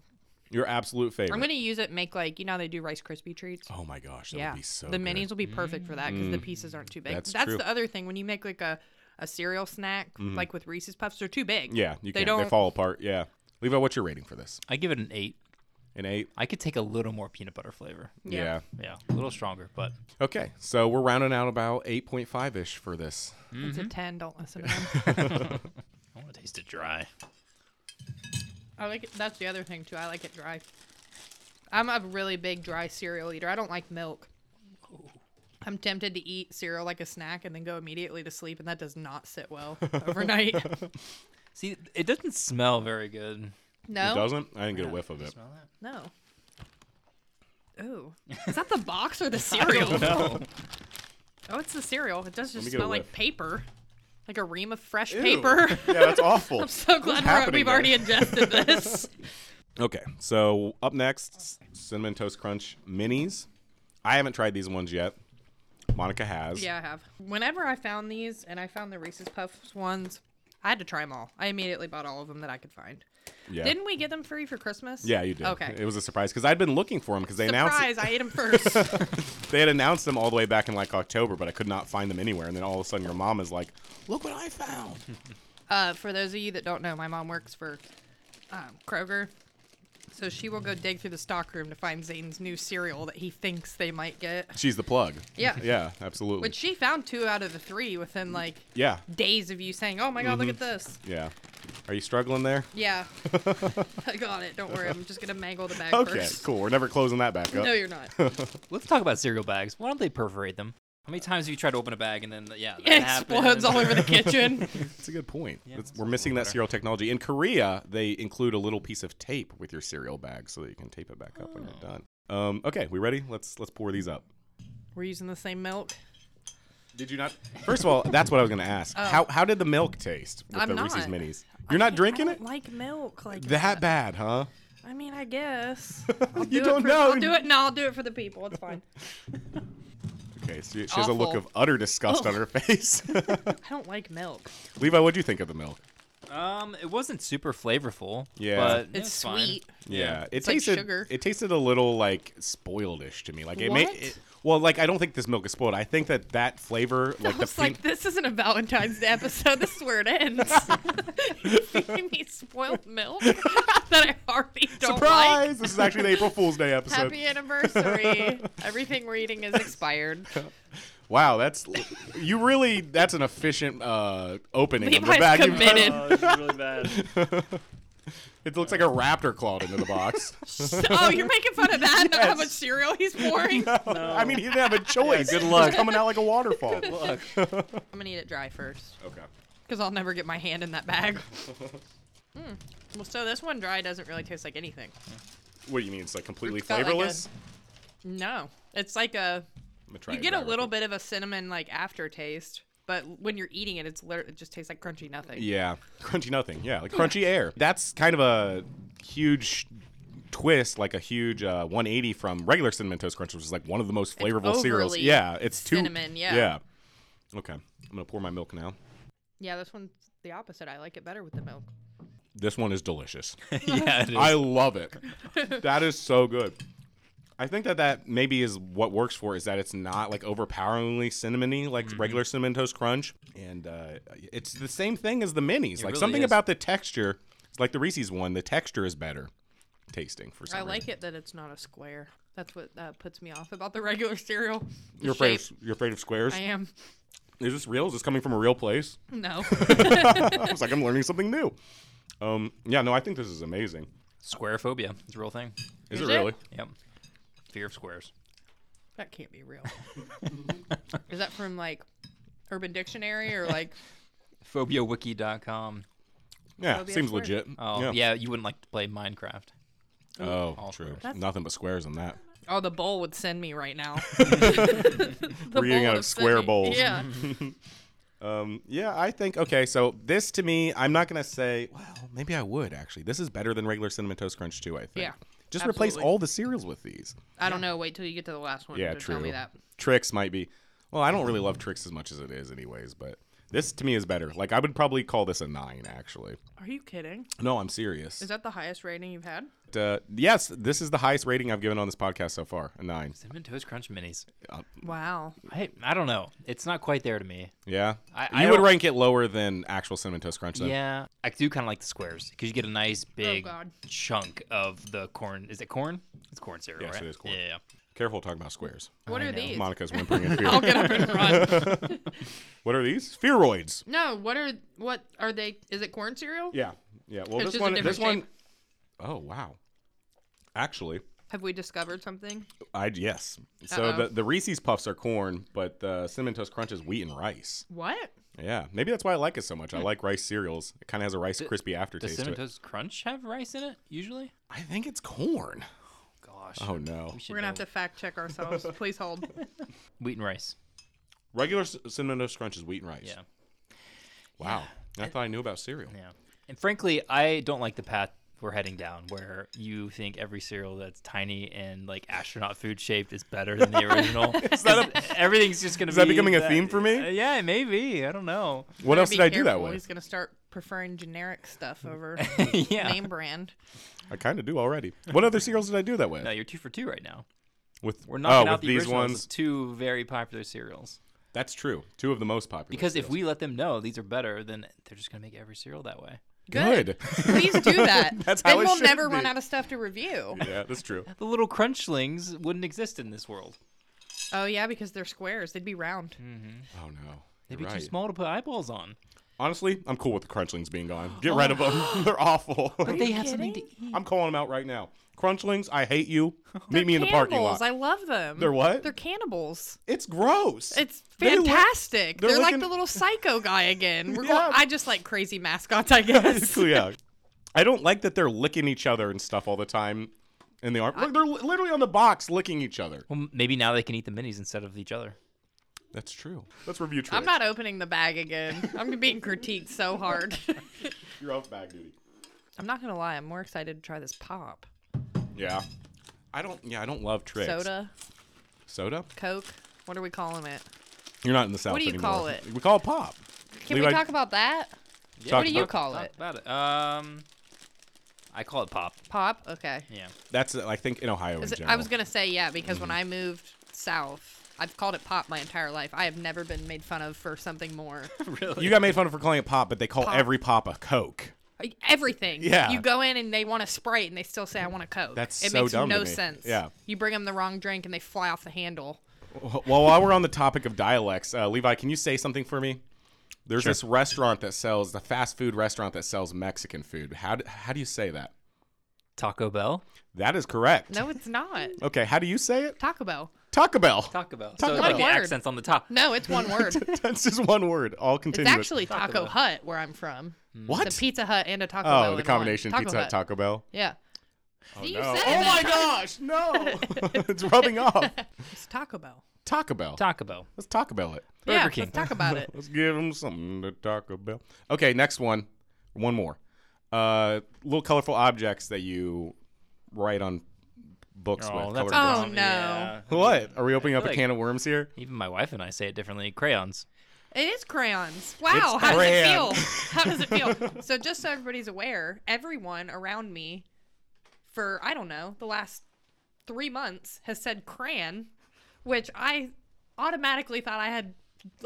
Your absolute favorite. I'm gonna use it make like you know how they do Rice Krispie treats. oh my gosh, that yeah, would be so. the good. minis will be perfect for that because the pieces aren't too big. That's That's, true. Mm-hmm. the other thing when you make like a, a cereal snack like with Reese's Puffs, they're too big. Yeah, you they can. don't. They fall apart. Yeah. Levi, what's your rating for this? I give it an eight. An eight. I could take a little more peanut butter flavor. Yeah. yeah. Yeah, a little stronger, but Okay, so we're rounding out about 8.5 ish for this. It's a ten. Don't listen to them. I want to taste it dry. I like it. That's the other thing too. I like it dry. I'm a really big dry cereal eater. I don't like milk. I'm tempted to eat cereal like a snack and then go immediately to sleep, and that does not sit well overnight. See, it doesn't smell very good. It No, doesn't? I didn't get a whiff of it. Smell that? no. Ooh, is that the box or the cereal? No. Oh, it's the cereal. It does me just get a smell like whiff. paper, like a ream of fresh Ew. paper. yeah, that's awful. I'm so glad we're, happening we've there? already ingested this. Okay, so up next, s- Cinnamon Toast Crunch minis. I haven't tried these ones yet. Monica has. yeah, I have. Whenever I found these, and I found the Reese's Puffs ones, I had to try them all. I immediately bought all of them that I could find. Yeah. Didn't we get them free for Christmas? yeah, you did. Okay. It was a surprise because I'd been looking for them because they Surprise! I ate them first. announced they had announced them all the way back in like October, but I could not find them anywhere. And then all of a sudden, your mom is like, "Look what I found!" Uh, for those of you that don't know, my mom works for um, Kroger. So she will go dig through the stockroom to find Zane's new cereal that he thinks they might get. She's the plug. Yeah. Yeah, absolutely. Which she found two out of the three within like yeah, days of you saying, "Oh my god, look at Mm-hmm. this." yeah. Are you struggling there? Yeah, I got it. Don't worry, I'm just gonna mangle the bag Okay, first. cool. We're never closing that back up. No, you're not. Let's talk about cereal bags. Why don't they perforate them? How many times have you tried to open a bag and then yeah, that It explodes happened. all over the kitchen. That's a good point. That's- that's we're missing that cereal technology. In Korea, they include a little piece of tape with your cereal bag so that you can tape it back up when Oh. you're done. Um, okay, we ready? Let's let's pour these up. We're using the same milk. Did you not? First of all, that's what I was going to ask. How how did the milk taste with Oh. I'm the Reese's not. Minis? You're not drinking I it? don't like milk like that bad, huh? I mean, I guess. You do it don't for- know. I'll do it. No, I'll do it for the people. It's fine. Okay, so she has a look Awful. of utter disgust on her face. I don't like milk. Levi, what'd you think of the milk? Um, it wasn't super flavorful. Yeah. but it It's was fine. sweet. Yeah, it like tasted sugar. it tasted a little like spoiledish to me. Like it may What? it, well, like I don't think this milk is spoiled. I think that that flavor, like I the was like, pink, this isn't a Valentine's Day episode. This is where it ends. You're feeding me spoiled milk that I already don't surprise. like. This is actually the April Fool's Day episode. Happy anniversary. Everything we're eating is expired. Wow, that's you really. That's an efficient uh, opening. of the Levi's vacuum. committed. Oh, this is really bad. It looks like a raptor clawed into the box. oh, you're making fun of that? Not how Yes. much cereal he's pouring? I mean, he didn't have a choice. good It was luck. coming out like a waterfall. Look, I'm going to eat it dry first Okay. because I'll never get my hand in that bag. Mm. Well, so this one dry doesn't really taste like anything. What do you mean? It's like completely It's got like a- flavorless. No. It's like a I'm gonna try you it get a dry real little quick. bit of a cinnamon like aftertaste, but when you're eating it, it's literally, it just tastes like crunchy nothing. Yeah, crunchy nothing. Yeah, like crunchy air. That's kind of a huge twist, like a huge uh, 180 from regular cinnamon toast crunch, which is like one of the most flavorful cereals. overly Yeah, it's too cinnamon, yeah. Yeah. Okay, I'm gonna pour my milk now. Yeah, this one's the opposite. I like it better with the milk. This one is delicious. yeah, it is. I love it. That is so good. I think that that maybe is what works for it, is that it's not like overpoweringly cinnamony like Mm-hmm. regular cinnamon toast crunch, and uh, it's the same thing as the minis. like really something is. about the texture, it's like the Reese's one. The texture is better tasting for some I like reason. it that it's not a square. That's what uh, puts me off about the regular cereal. The You're afraid shape. of, you're afraid of squares. I am. Is this real? Is this coming from a real place? No. I was like, I'm learning something new. Um, yeah, no, I think this is amazing. Square phobia. It's a real thing. Is, Is it it? really? Yep. Fear of squares. that can't be real. Is that from like Urban Dictionary or like Phobiawiki.com. Yeah, Phobia of seems squares. legit. Oh, yeah. You wouldn't like to play Minecraft. Oh, All true. squares. That's- Nothing but squares on that. oh the bowl would send me right now. The We're eating bowl out would of send square me. bowls. Yeah. Um, yeah, I think okay. So this to me, I'm not gonna say. Well, maybe I would actually. This is better than regular cinnamon toast crunch too. I think. Yeah, Just replace absolutely. all the cereals with these. I don't know. Wait till you get to the last one. Yeah, to true. Tell me that. Tricks might be. Well, I don't really love tricks as much as it is, anyways. But this to me is better. Like I would probably call this a nine actually. Are you kidding? No, I'm serious. Is that the highest rating you've had? But, uh, yes, this is the highest rating I've given on this podcast so far. A nine. Cinnamon Toast Crunch Minis. Wow. I, I don't know. It's not quite there to me. Yeah. I- I you would don't- rank it lower than actual cinnamon toast crunch. Though. Yeah. I do kind of like the squares because you get a nice big Oh, God. chunk of the corn. Is it corn? It's corn cereal, Yes, right? it is corn. Yeah, yeah. Careful talking about squares. What I are know. these? Monica's whimpering in I'll fear. get up and run. what are these? Spheroids. no, what are what are they? Is it corn cereal? Yeah, yeah. Well, It's this just a one, this different one shape. oh wow. Actually, Have we discovered something? I yes. So Uh-oh. the the Reese's Puffs are corn, but the cinnamon toast crunch is wheat and rice. What? Yeah, maybe that's why I like it so much. I like rice cereals. It kind of has a rice crispy Does aftertaste to Hmm. Cinnamon it. Toast Crunch have rice in it usually? I think it's corn. Gosh. Oh no. we should We're gonna have know. to fact check ourselves. Please hold. Wheat and rice. Regular c- cinnamon toast crunch is wheat and rice. Yeah. Wow. I thought I knew about cereal. Yeah. And frankly, I don't like the path we're heading down where you think every cereal that's tiny and like astronaut food shaped is better than the original. is that everything's just going to Is be that becoming a theme for me? Uh, yeah, maybe. I don't know. What else Be did I do that careful, way? He's gonna start preferring generic stuff over yeah. name brand. I kind of do already. What other cereals did I do that way? No, you're two for two right now. With We're oh, knocking with out the these originals ones. of two very popular cereals. That's true. Two of the most popular. Because if cereals. we let them know these are better, then they're just going to make every cereal that way. good, Please do that. That's then how it we'll should never be. run out of stuff to review. yeah, that's true. The little crunchlings wouldn't exist in this world. Oh yeah, because they're squares. They'd be round. Oh no. They'd be You're too right. small to put eyeballs on. Honestly, I'm cool with the Crunchlings being gone. Get rid of Oh. them. They're awful. they have something to eat. I'm calling them out right now. Crunchlings, I hate you. Meet me in the parking lot. Cannibals, I love them. They're what? They're cannibals. It's gross. It's They look- fantastic. they're They're, like looking- the little psycho guy again. We're Yeah. going, I just like crazy mascots, I guess. Cool, yeah. I don't like that they're licking each other and stuff all the time. And they aren't. Look, they're li- literally on the box licking each other. Well, maybe now they can eat the minis instead of each other. That's true. Let's review. Tricks. I'm not opening the bag again. I'm being critiqued so hard. You're off bag duty. I'm not gonna lie. I'm more excited to try this pop Yeah. I don't. Yeah, I don't love tricks. soda, Soda. Coke. What are we calling it? You're not in the South What do you anymore. call it? We call it pop. Can Levi- we talk about that? Talk what do you about- call Talk it? about it. Um, I call it pop. Pop. Okay. Yeah. That's I think in Ohio in Is it- general. I was gonna say yeah because Mm-hmm. when I moved south, I've called it pop my entire life. I have never been made fun of for something more. really? You got made fun of for calling it pop, but they call Pop. every pop a Coke. Like, Everything. Yeah. You go in and they want a sprite and they still say I want a coke. That's it so makes dumb to no me. sense. Yeah. You bring them the wrong drink and they fly off the handle. Well, while we're on the topic of dialects, uh, Levi, can you say something for me? There's this restaurant that sells the fast food restaurant that sells Mexican food. How do, how do you say that? Taco Bell. That is correct. No, it's not. Okay, how do you say it? Taco Bell. Taco Bell. Taco Bell. Taco so like Bell. the Word. accents on the top. No, it's one word. it's That's just one word. I'll continue. it. actually Taco, Bell. Hut where I'm from. what? It's a Pizza Hut and a Taco Bell. oh, in the one. combination Taco Pizza Hut, Hut. Taco Bell. Yeah. Oh, you No. said Oh it. my gosh, no! it's rubbing off. It's Taco Bell. Taco Bell. Taco Bell. Let's Taco Bell it. Burger yeah, King. let's talk about it. Let's give them something to Taco Bell. Okay, next one. One more. Uh, little colorful objects that you write on books Oh, with. that's colored Oh, dumb. books. no. Yeah. What? Are we opening up a Like- can of worms here? Even my wife and I say it differently. Crayons. It is crayons. Wow, how crayon. does it feel? How does it feel? so just so everybody's aware, everyone around me for I don't know, the last 3 months has said crayon, which I automatically thought I had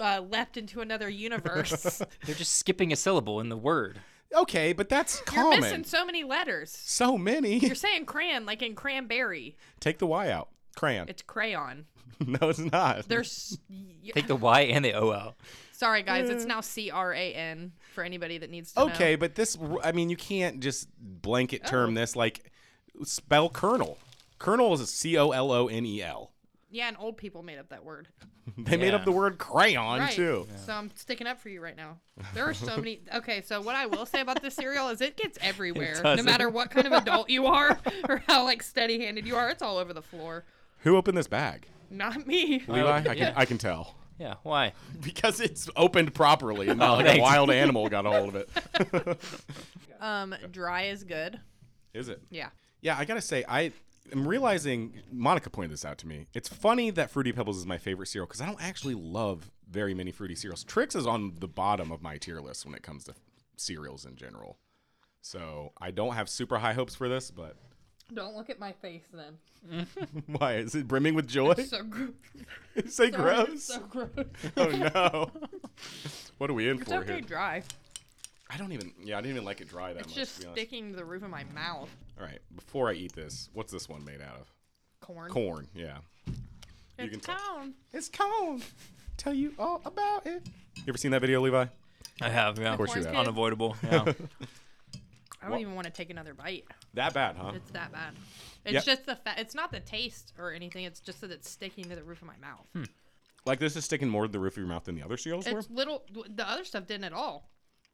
uh, leapt into another universe. They're just skipping a syllable in the word. Okay, but that's You're common. missing so many letters. so many. You're saying crayon like in cranberry. Take the Y out. Crayon. It's crayon. no, it's not. There's y- Take the Y and the O out. Sorry guys, it's now C R A N for anybody that needs to know. okay, but this, I mean, you can't just blanket term Oh. this. Like, spell kernel. Kernel is C O L O N E L. Yeah, and old people made up that word. They made Yeah. up the word crayon, too. So I'm sticking up for you right now. There are so many. Okay, so what I will say about this cereal is it gets everywhere, no doesn't. matter what kind of adult you are or how like steady-handed you are. It's all over the floor. Who opened this bag? Not me. Levi? I can, yeah. I can tell. Yeah. Why? Because it's opened properly and not Oh, like a thanks. wild animal got a hold of it. Um, dry is good. Is it? Yeah. Yeah, I gotta say, I am realizing Monica pointed this out to me. It's funny that Fruity Pebbles is my favorite cereal because I don't actually love very many fruity cereals. Trix is on the bottom of my tier list when it comes to cereals in general. So I don't have super high hopes for this, but Don't look at my face then. why is it brimming with joy? So gross. Say gross. So gross. oh no. what are we in It's for okay here? dry. I don't even. Yeah, I didn't even like it dry that It's much. just to be honest. sticking to the roof of my mouth. All right, before I eat this, what's this one made out of? Corn. Corn. Yeah. It's can tell. corn. It's corn. Tell you all about it. You ever seen that video, Levi? I have. Yeah. Of course you have. Unavoidable. Yeah. I don't Well- even want to take another bite. That bad, huh? It's that bad. It's Yep. just the fa- it's not the taste or anything. It's just that it's sticking to the roof of my mouth. Hmm. Like this is sticking more to the roof of your mouth than the other cereals were. It's little. The other stuff didn't at all.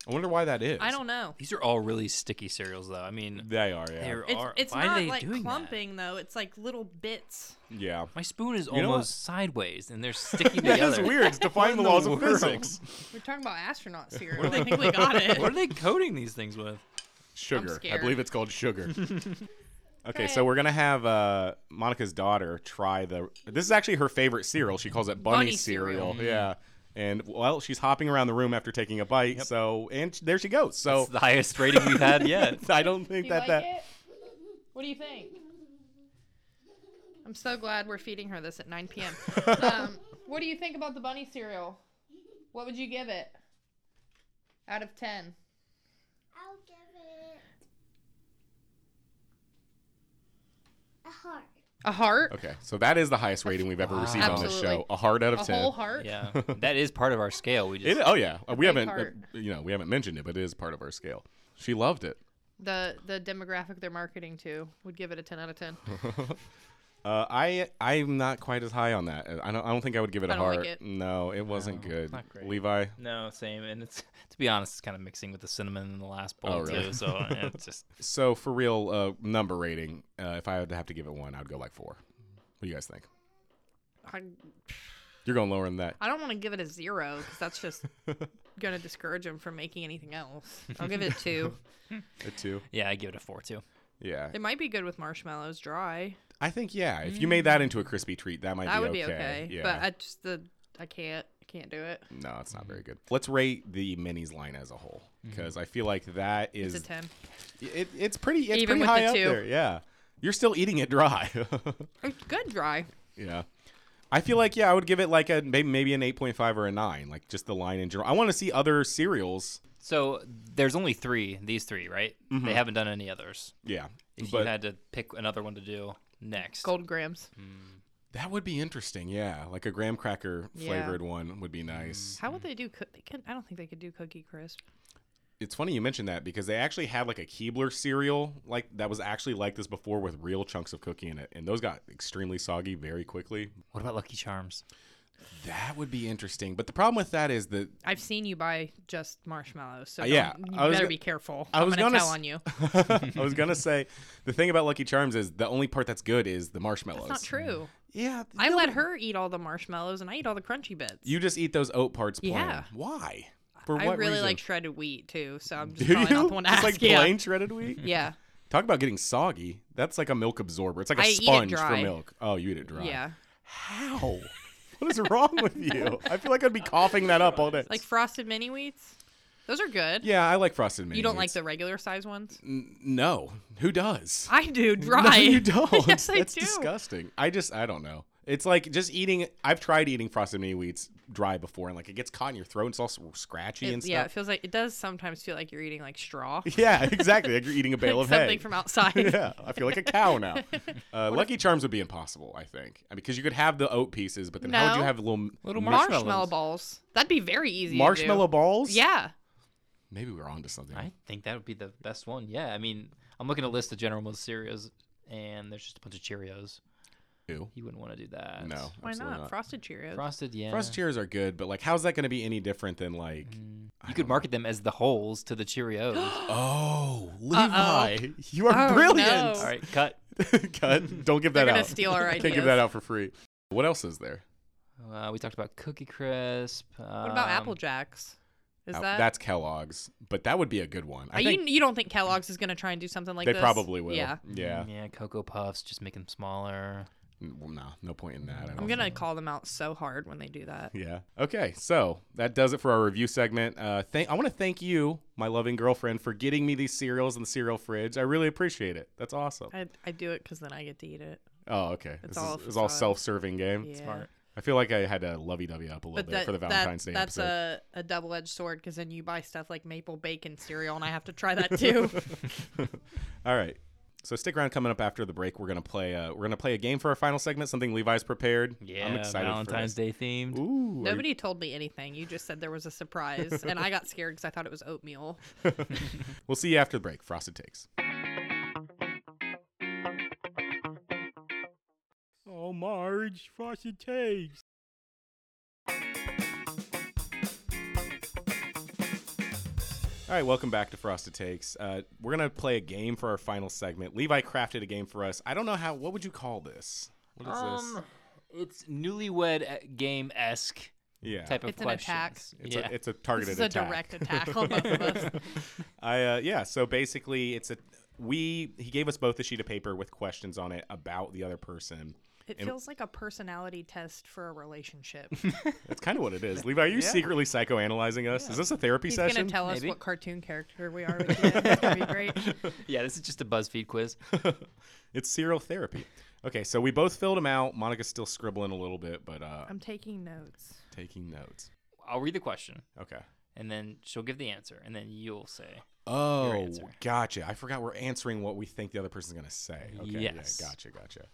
I wonder why that is. I don't know. These are all really sticky cereals, though. I mean, They are, yeah. there It's, are. it's why are not they like doing that? clumping though. It's like little bits. yeah. My spoon is know what? almost sideways, and they're sticking That together. is weird. It's defying the in the laws of world? physics. We're talking about astronaut cereal. they think we got it. What are they coating these things with? Sugar. I scared. believe it's called sugar. okay, ahead. so we're gonna have uh, Monica's daughter try the. This is actually her favorite cereal. She calls it bunny, Bunny cereal. Yeah. Mm-hmm. And well, she's hopping around the room after taking a bite. So and sh- there she goes. So It's the highest rating we've had yet. I don't think Oh. that that. it? What do you think? I'm so glad we're feeding her this at 9 p.m. um, what do you think about the bunny cereal? What would you give it? Out of 10. I'll give it a heart. A heart? Okay, so that is the highest rating we've ever received on this Absolutely. show. A heart out of A ten. whole heart? Yeah, that is part of our scale. We just It, oh yeah, we big haven't uh, heart. you know we haven't mentioned it, but it is part of our scale. She loved it. The the demographic they're marketing to would give it a 10 out of 10. Uh, I I'm not quite as high on that. I don't I don't think I would give it a I don't like heart. it. No, it wasn't good. not great. Levi, no same, and it's to be honest, it's kind of mixing with the cinnamon in the last bowl Oh, really? too. So uh, it's just So for real, uh, number rating. Uh, if I had to have to give it one, I'd go like four. What do you guys think? I, You're going lower than that. I don't want to give it a zero because that's just going to discourage them from making anything else. I'll give it two. A two. yeah, I give it a four too. Yeah. It might be good with marshmallows dry. I think yeah. If you made that into a crispy treat, that might Mm. That be would okay. be okay. Yeah. But I just the I can't I can't do it. no, it's not very good. Let's rate the minis line as a whole Mm-hmm. because I feel like that is It's a ten. It, it's pretty. It's pretty Even with high the up two. there. Yeah, you're still eating it dry. It's Oh, good dry. yeah, I feel like yeah, I would give it like a maybe maybe an eight point five or a nine. Like just the line in general. I want to see other cereals. So there's only three, these three, right? They haven't done any others. Yeah, If Mm-hmm. but you had to pick another one to do next, Gold grams. Mm-hmm. that would be interesting. Yeah, like a graham cracker Yeah. Mm. flavored one would be nice. How would they do? Coo- they can, I don't think they could do cookie crisp. It's funny you mentioned that because they actually had like a Keebler cereal like that was actually like this before with real chunks of cookie in it, and those got extremely soggy very quickly. what about Lucky Charms? That would be interesting. But the problem with that is that I've seen you buy just marshmallows, so Uh, yeah, don't- you I was better go- be careful. I I was was am gonna gonna tell s- on you. I was gonna say the thing about Lucky Charms is the only part that's good is the marshmallows. That's not true. Yeah, I no, let but her eat all the marshmallows, and I eat all the crunchy bits. You just eat those oat parts plain. Yeah. Why? For I what really reason? like shredded wheat too, so I'm just Do probably you? not the one to Just ask. like yeah. plain shredded wheat. yeah, Talk about getting soggy. That's like a milk absorber. It's like a I eat it sponge for dry. milk. Oh, you eat it dry. yeah. How? What is wrong with you? I feel like I'd be coughing that up all day. Like frosted mini wheats, those are good. yeah, I like frosted mini. you don't like Wheats. the regular size ones? N- No, who does? I do dry. No, you don't. yes, I That's do. disgusting. I just, I don't know. It's like just eating. I've tried eating frosted mini wheats dry before, and like it gets caught in your throat. And it's all s- scratchy and It, yeah, it stuff. feels like it does sometimes feel like you're eating like straw, like Yeah, exactly. Like you're eating a bale of something hay. from outside. yeah, I feel like a cow now. Uh, Lucky Charms would be impossible, I think, because you could have the oat pieces, but then how would you No. have little Little Marshmallow Marshmallows. balls. That'd be very easy. marshmallow To balls? do. Yeah. maybe we're onto something. I think that would be the best one. Yeah, I mean, I'm looking at a list of General Mills cereals, and there's just a bunch of Cheerios. Ew. You wouldn't want to do that. No, Why absolutely not? Frosted Cheerios. Frosted, yeah. Mm. Frosted Cheerios are good, but like, how's that going to be any different than like? You could market them as the holes to the Cheerios. Oh, Levi, you are Oh, brilliant. no. All right, cut. Cut. Don't give that They're gonna out. steal our Can't give ideas. that out for free. What else is there? Uh, we talked about Cookie Crisp. Um, What about Apple Jacks? Is Uh, that? That's Kellogg's, but that would be a good one. I Are think Uh, you, you don't think Kellogg's is going to try and do something like they this? probably will. Yeah. Yeah. Yeah, Cocoa Puffs. Just make them smaller. N- Well, no, no point in that. I I'm don't going to call them out so hard when they do that. Yeah. Okay. So that does it for our review segment. Uh, thank. I want to thank you, my loving girlfriend, for getting me these cereals in the cereal fridge. I really appreciate it. That's awesome. I, I do it because then I get to eat it. Oh, okay. It's this all is, this is all facade. self-serving game. Yeah. Smart. I feel like I had to lovey-dovey up a little But bit that, for the that- Valentine's Day that's episode. a, a double edged sword because then you buy stuff like maple bacon cereal and I have to try that too. All right. So stick around. Coming up after the break, we're gonna play. Uh, we're gonna play a game for our final segment. Something Levi's prepared. Yeah, I'm excited. Uh, Valentine's for Day themed. this. Ooh. are Nobody told me anything. You just said there was a surprise and I got scared because I thought it was oatmeal. you- we'll see you after the break. Frosted takes. Oh, Marge, frosted takes. All right, welcome back to Frosted Takes. Uh, we're gonna play a game for our final segment. Levi crafted a game for us. I don't know how. What would you call this? What is this? Um, it's newlywed game esque Yeah. type of It's an attack. questions. It's, yeah. a, it's a This targeted is a attack. direct attack on both of us. I uh, yeah. So basically, it's a we. He gave us both a sheet of paper with questions on it about the other person. It And- feels like a personality test for a relationship. That's kind of what it is. Levi, are you secretly psychoanalyzing us? Is this a therapy He's session? gonna tell us Maybe. what cartoon character we are. With you. It's gonna be great. yeah, this is just a BuzzFeed quiz. it's serial therapy. Okay, so we both filled them out. Monica's still scribbling a little bit, but uh, I'm taking notes. taking notes. I'll read the question, Okay. and then she'll give the answer, and then you'll say. Oh, answer. gotcha. I forgot we're answering what we think the other person's gonna say. Okay. Yes. Yeah, gotcha. Gotcha.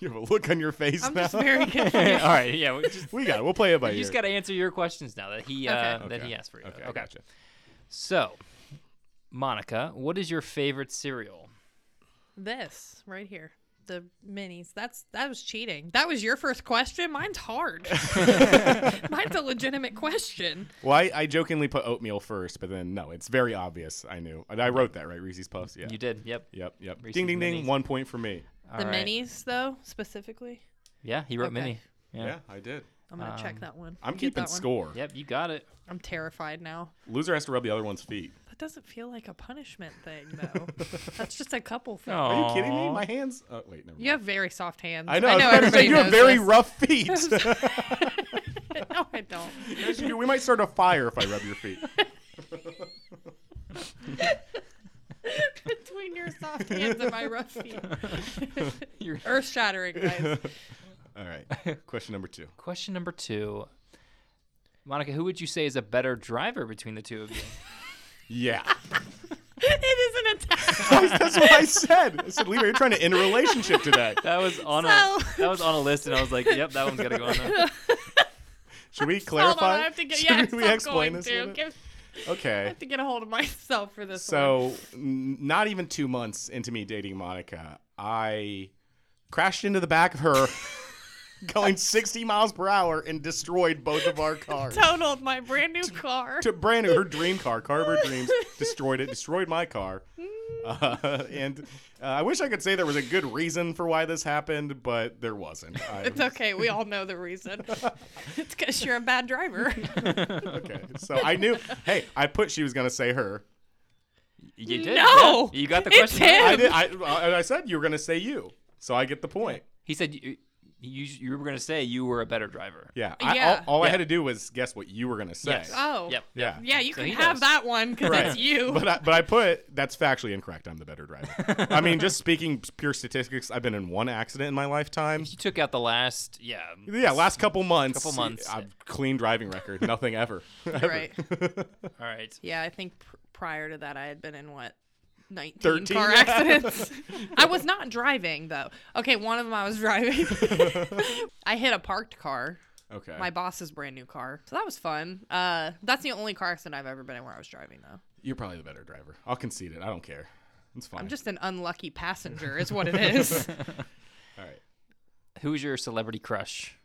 You have a look on your face I'm now. just very All confused. right, yeah, we just, we got. It. We'll play it by you ear. just got to answer your questions now that he uh, Okay. that Okay. he asked for you. Okay, Okay, I gotcha. so Monica, what is your favorite cereal? this right here, the minis. That's that was cheating. That was your first question. Mine's hard. Mine's a legitimate question. Well, I, I jokingly put oatmeal first, but then no, it's very obvious. I knew. And I wrote that right, Reese's Puffs. Yeah. You did, yep. Yep. Yep. Reese's ding, ding, ding. Minis. One point for me. All the right. minis, though, specifically. Yeah, he wrote Okay. mini. Yeah. I did. I'm gonna check that one. Um, I'm Get keeping that one. score. Yep, you got it. I'm terrified now. Loser has to rub the other one's feet. That That doesn't feel like a punishment thing, though. That's just a couple thing. Are you kidding me? Aw. My hands. Oh wait, never mind. You have very soft hands. I know. I, was about to say everybody you have knows very this. rough feet. no, I don't. Yes, you do. We might start a fire if I rub your feet. Between your soft hands and my rough feet, You're- earth shattering, guys. All right. Question number two. Question number two. Monica, who would you say is a better driver between the two of you? Yeah. it is an attack. That's what I said. I said, Levi, you're trying to end a relationship today. That was on a So- that was on a list, and I was like, "Yep, that one's gotta go on there." Should we Hold on, clarify? I have to get. Should Yeah, we stop explain going this? a to. little bit? Give- I Okay. have to get a hold of myself for this. one. So, n- not even two months into me dating Monica, I crashed into the back of her going 60 miles per hour and destroyed both of our cars. totaled my brand new car. to brand new her dream car, car of her dreams, destroyed it, destroyed my car. Uh, and uh, I wish I could say there was a good reason for why this happened, but there wasn't. I, It's okay. We all know the reason. It's because you're a bad driver. okay. So I knew. Hey, I put she was gonna say her. You did. No! yeah. you got the It's question. him! right. I did. I, I I said you were gonna say you, so I get the point. He said you, you you were gonna say you were a better driver. Yeah. I, Yeah. All, all I Yeah. had to do was guess what you were gonna say. Yes. Oh. Yep. Yeah. Yeah, you So can he have knows. that one because Right. that's you. But I, but I put that's factually incorrect. I'm the better driver. I mean, just speaking pure statistics, I've been in one accident in my lifetime. You took out the last. Yeah. Yeah, last couple months. Couple months. I've clean driving record. Nothing ever. Ever. right. All right. Yeah, I think pr- prior to that, I had been in what? 19 13? car accidents. I was not driving, though. Okay, one of them I was driving. I hit a parked car, Okay. my boss's brand new car. So that was fun. Uh, that's the only car accident I've ever been in where I was driving, though. You're probably the better driver. I'll concede it. I don't care. It's fine. I'm just an unlucky passenger, is what it is. All right. Who's your celebrity crush?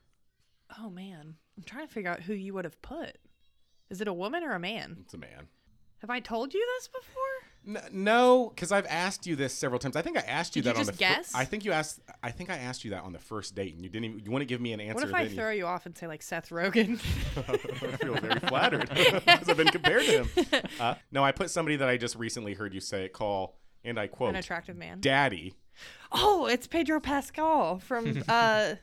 Oh man, I'm trying to figure out who you would have put. Is it a woman or a man? It's a man. Have I told you this before? N- no, because I've asked you this several times. I think I asked you Did that you on just the. guess? I think you asked. I think I asked you that on the first date, and you didn't. Even, you wouldn't give me an answer. What if I didn't you? throw you off and say like Seth Rogen? I feel very flattered because I've been compared to him. Uh, no, I put somebody that I just recently heard you say it call, and I quote, An attractive man. "Daddy, oh, it's Pedro Pascal from uh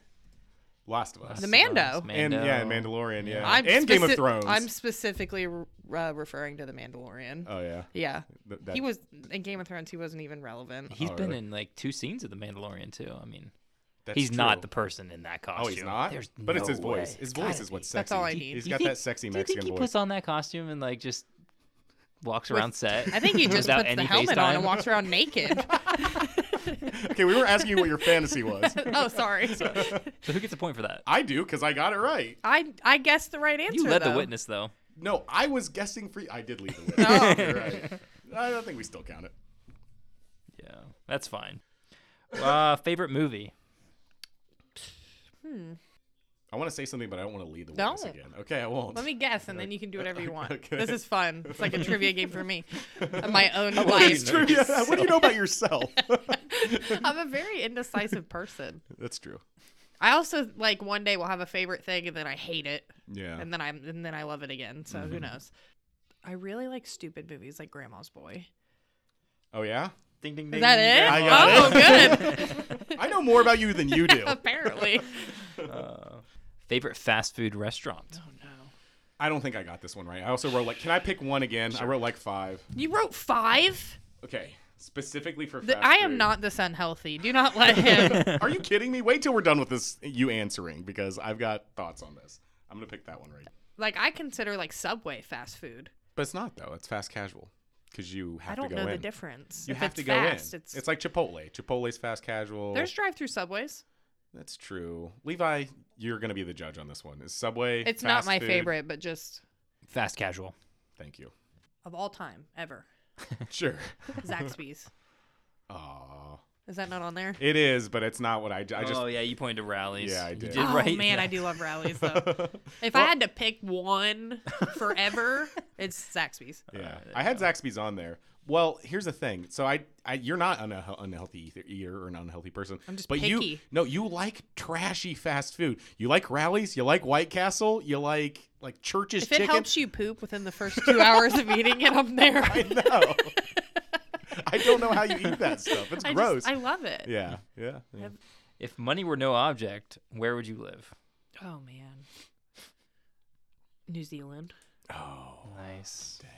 Last of Us." The Mando. and yeah, and Mandalorian, yeah, and Game of speci- Thrones. I'm specifically re- uh, referring to the Mandalorian. oh yeah, yeah. Th- that- He was in Game of Thrones. He wasn't even relevant. He's Oh, been really? in like two scenes of The Mandalorian too. I mean, that's he's not true. the person in that costume. Oh, he's not. There's but it's no his voice. way. His Gotta voice is be. what's sexy. That's all I need. He's Do you got think- that sexy do you Mexican think he voice. puts on that costume and like just walks around set? I think he just without puts the any helmet on and FaceTime? walks around naked. okay, we were asking you what your fantasy was. oh, sorry. So who gets a point for that? I do because I got it right. I I guessed the right answer. You led though. the witness though. No, I was guessing free. I did leave the witness. Oh. You're right. I don't think we still count it. Yeah, that's fine. Uh, favorite movie? I want to say something, but I don't want to lead the Don't. witness again. Okay, I won't. Let me guess, and then you can do whatever you want. Okay. This is fun. It's like a trivia game for me. My own It's life. true. Yeah. What do you know about yourself? I'm a very indecisive person. That's true. I also like one day will have a favorite thing, and then I hate it, Yeah. Mm-hmm. and then I'm and then I love it again. So who knows? I really like stupid movies like Grandma's Boy. Oh yeah. Ding ding Is that it? I got oh, good. I know more about you than you do. Apparently. Favorite fast food restaurant? Oh no. I don't think I got this one right. I also wrote like, can I pick one again? I wrote like five. You wrote five. Okay, specifically for. The, fast I am food. not this unhealthy. Do not let him. Are you kidding me? Wait till we're done with this. You answering because I've got thoughts on this. I'm gonna pick that one right. like I consider like Subway fast food. But it's not though. It's fast casual because you have I don't to go know in. the difference. You If have it's to go fast, in. It's, It's... like Chipotle. Chipotle's fast casual. there's drive-through subways. That's true. Levi, you're gonna be the judge on this one. Is Subway? It's not fast my food? favorite, but just Fast casual. Thank you. of all time ever, Sure. Zaxby's. Aw. Is that not on there? It is, but it's not what I. I just oh yeah, you pointed to rallies. Yeah, I did. You did oh right. man, I do love rallies though. if I had to pick one forever, it's Zaxby's. Uh, Yeah, I had Zaxby's on there. Well, here's the thing. So I, I you're not an unhe- unhealthy either, eater or an unhealthy person. I'm just but you picky. no, you like trashy fast food. You like rallies. You like White Castle. You like like church's If it chicken. helps you poop within the first two hours of eating it, I'm there. I know. I don't know how you eat that stuff. It's I just- gross. I love it. yeah, yeah. yeah. If money were no object, where would you live? Oh man. New Zealand. Oh, Nice. Dang.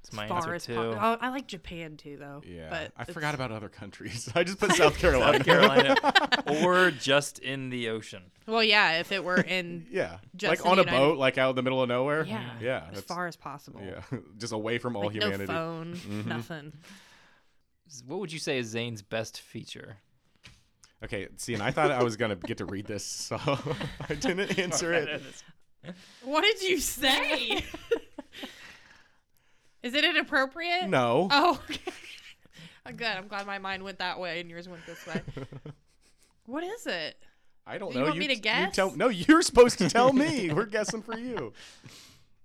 It's As my far as answer po- too. oh, I like Japan too though. yeah. But I it's- forgot about other countries. I just put South Carolina. South Carolina, or just in the ocean. Well, yeah, if it were in Yeah, Just like in on the a United- boat, like out in the middle of nowhere. yeah, yeah. as that's- far as possible. Yeah, just away from all Like humanity. Mm-hmm. no phone, nothing. Z- What would you say is Zane's best feature? Okay, see, and I thought I was gonna get to read this, so I didn't answer it. What did you say? Is it inappropriate? No. Oh, okay. I'm good. I'm glad my mind went that way and yours went this way. what is it? I don't You know. want me to you guess? tell, no, you're supposed to tell me. We're guessing for you.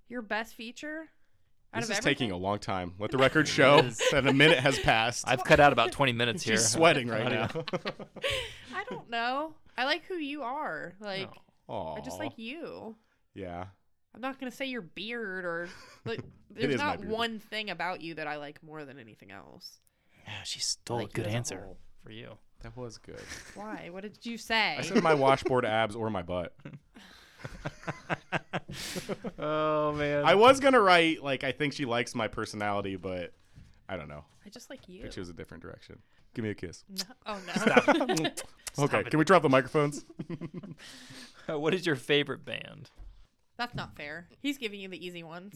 Your best feature? Out this of is everything? taking a long time. Let the record show It is. that a minute has passed. I've cut out about 20 minutes here. She's sweating right now. I don't know. I like who you are. Like Aw. I just like you. Yeah. I'm not gonna say your beard or like is there's my not beard. one thing about you that I like more than anything else. Yeah, she stole a Like you good as a answer whole. for you. That was good. Why? What did you say? I said my washboard abs or my butt. oh man. I was gonna write like I think she likes my personality, but I don't know. I just like you. Picture was a different direction. Give me a kiss. No. Oh no. okay, it. can we drop the microphones? what is your favorite band? That's not fair. He's giving you the easy ones.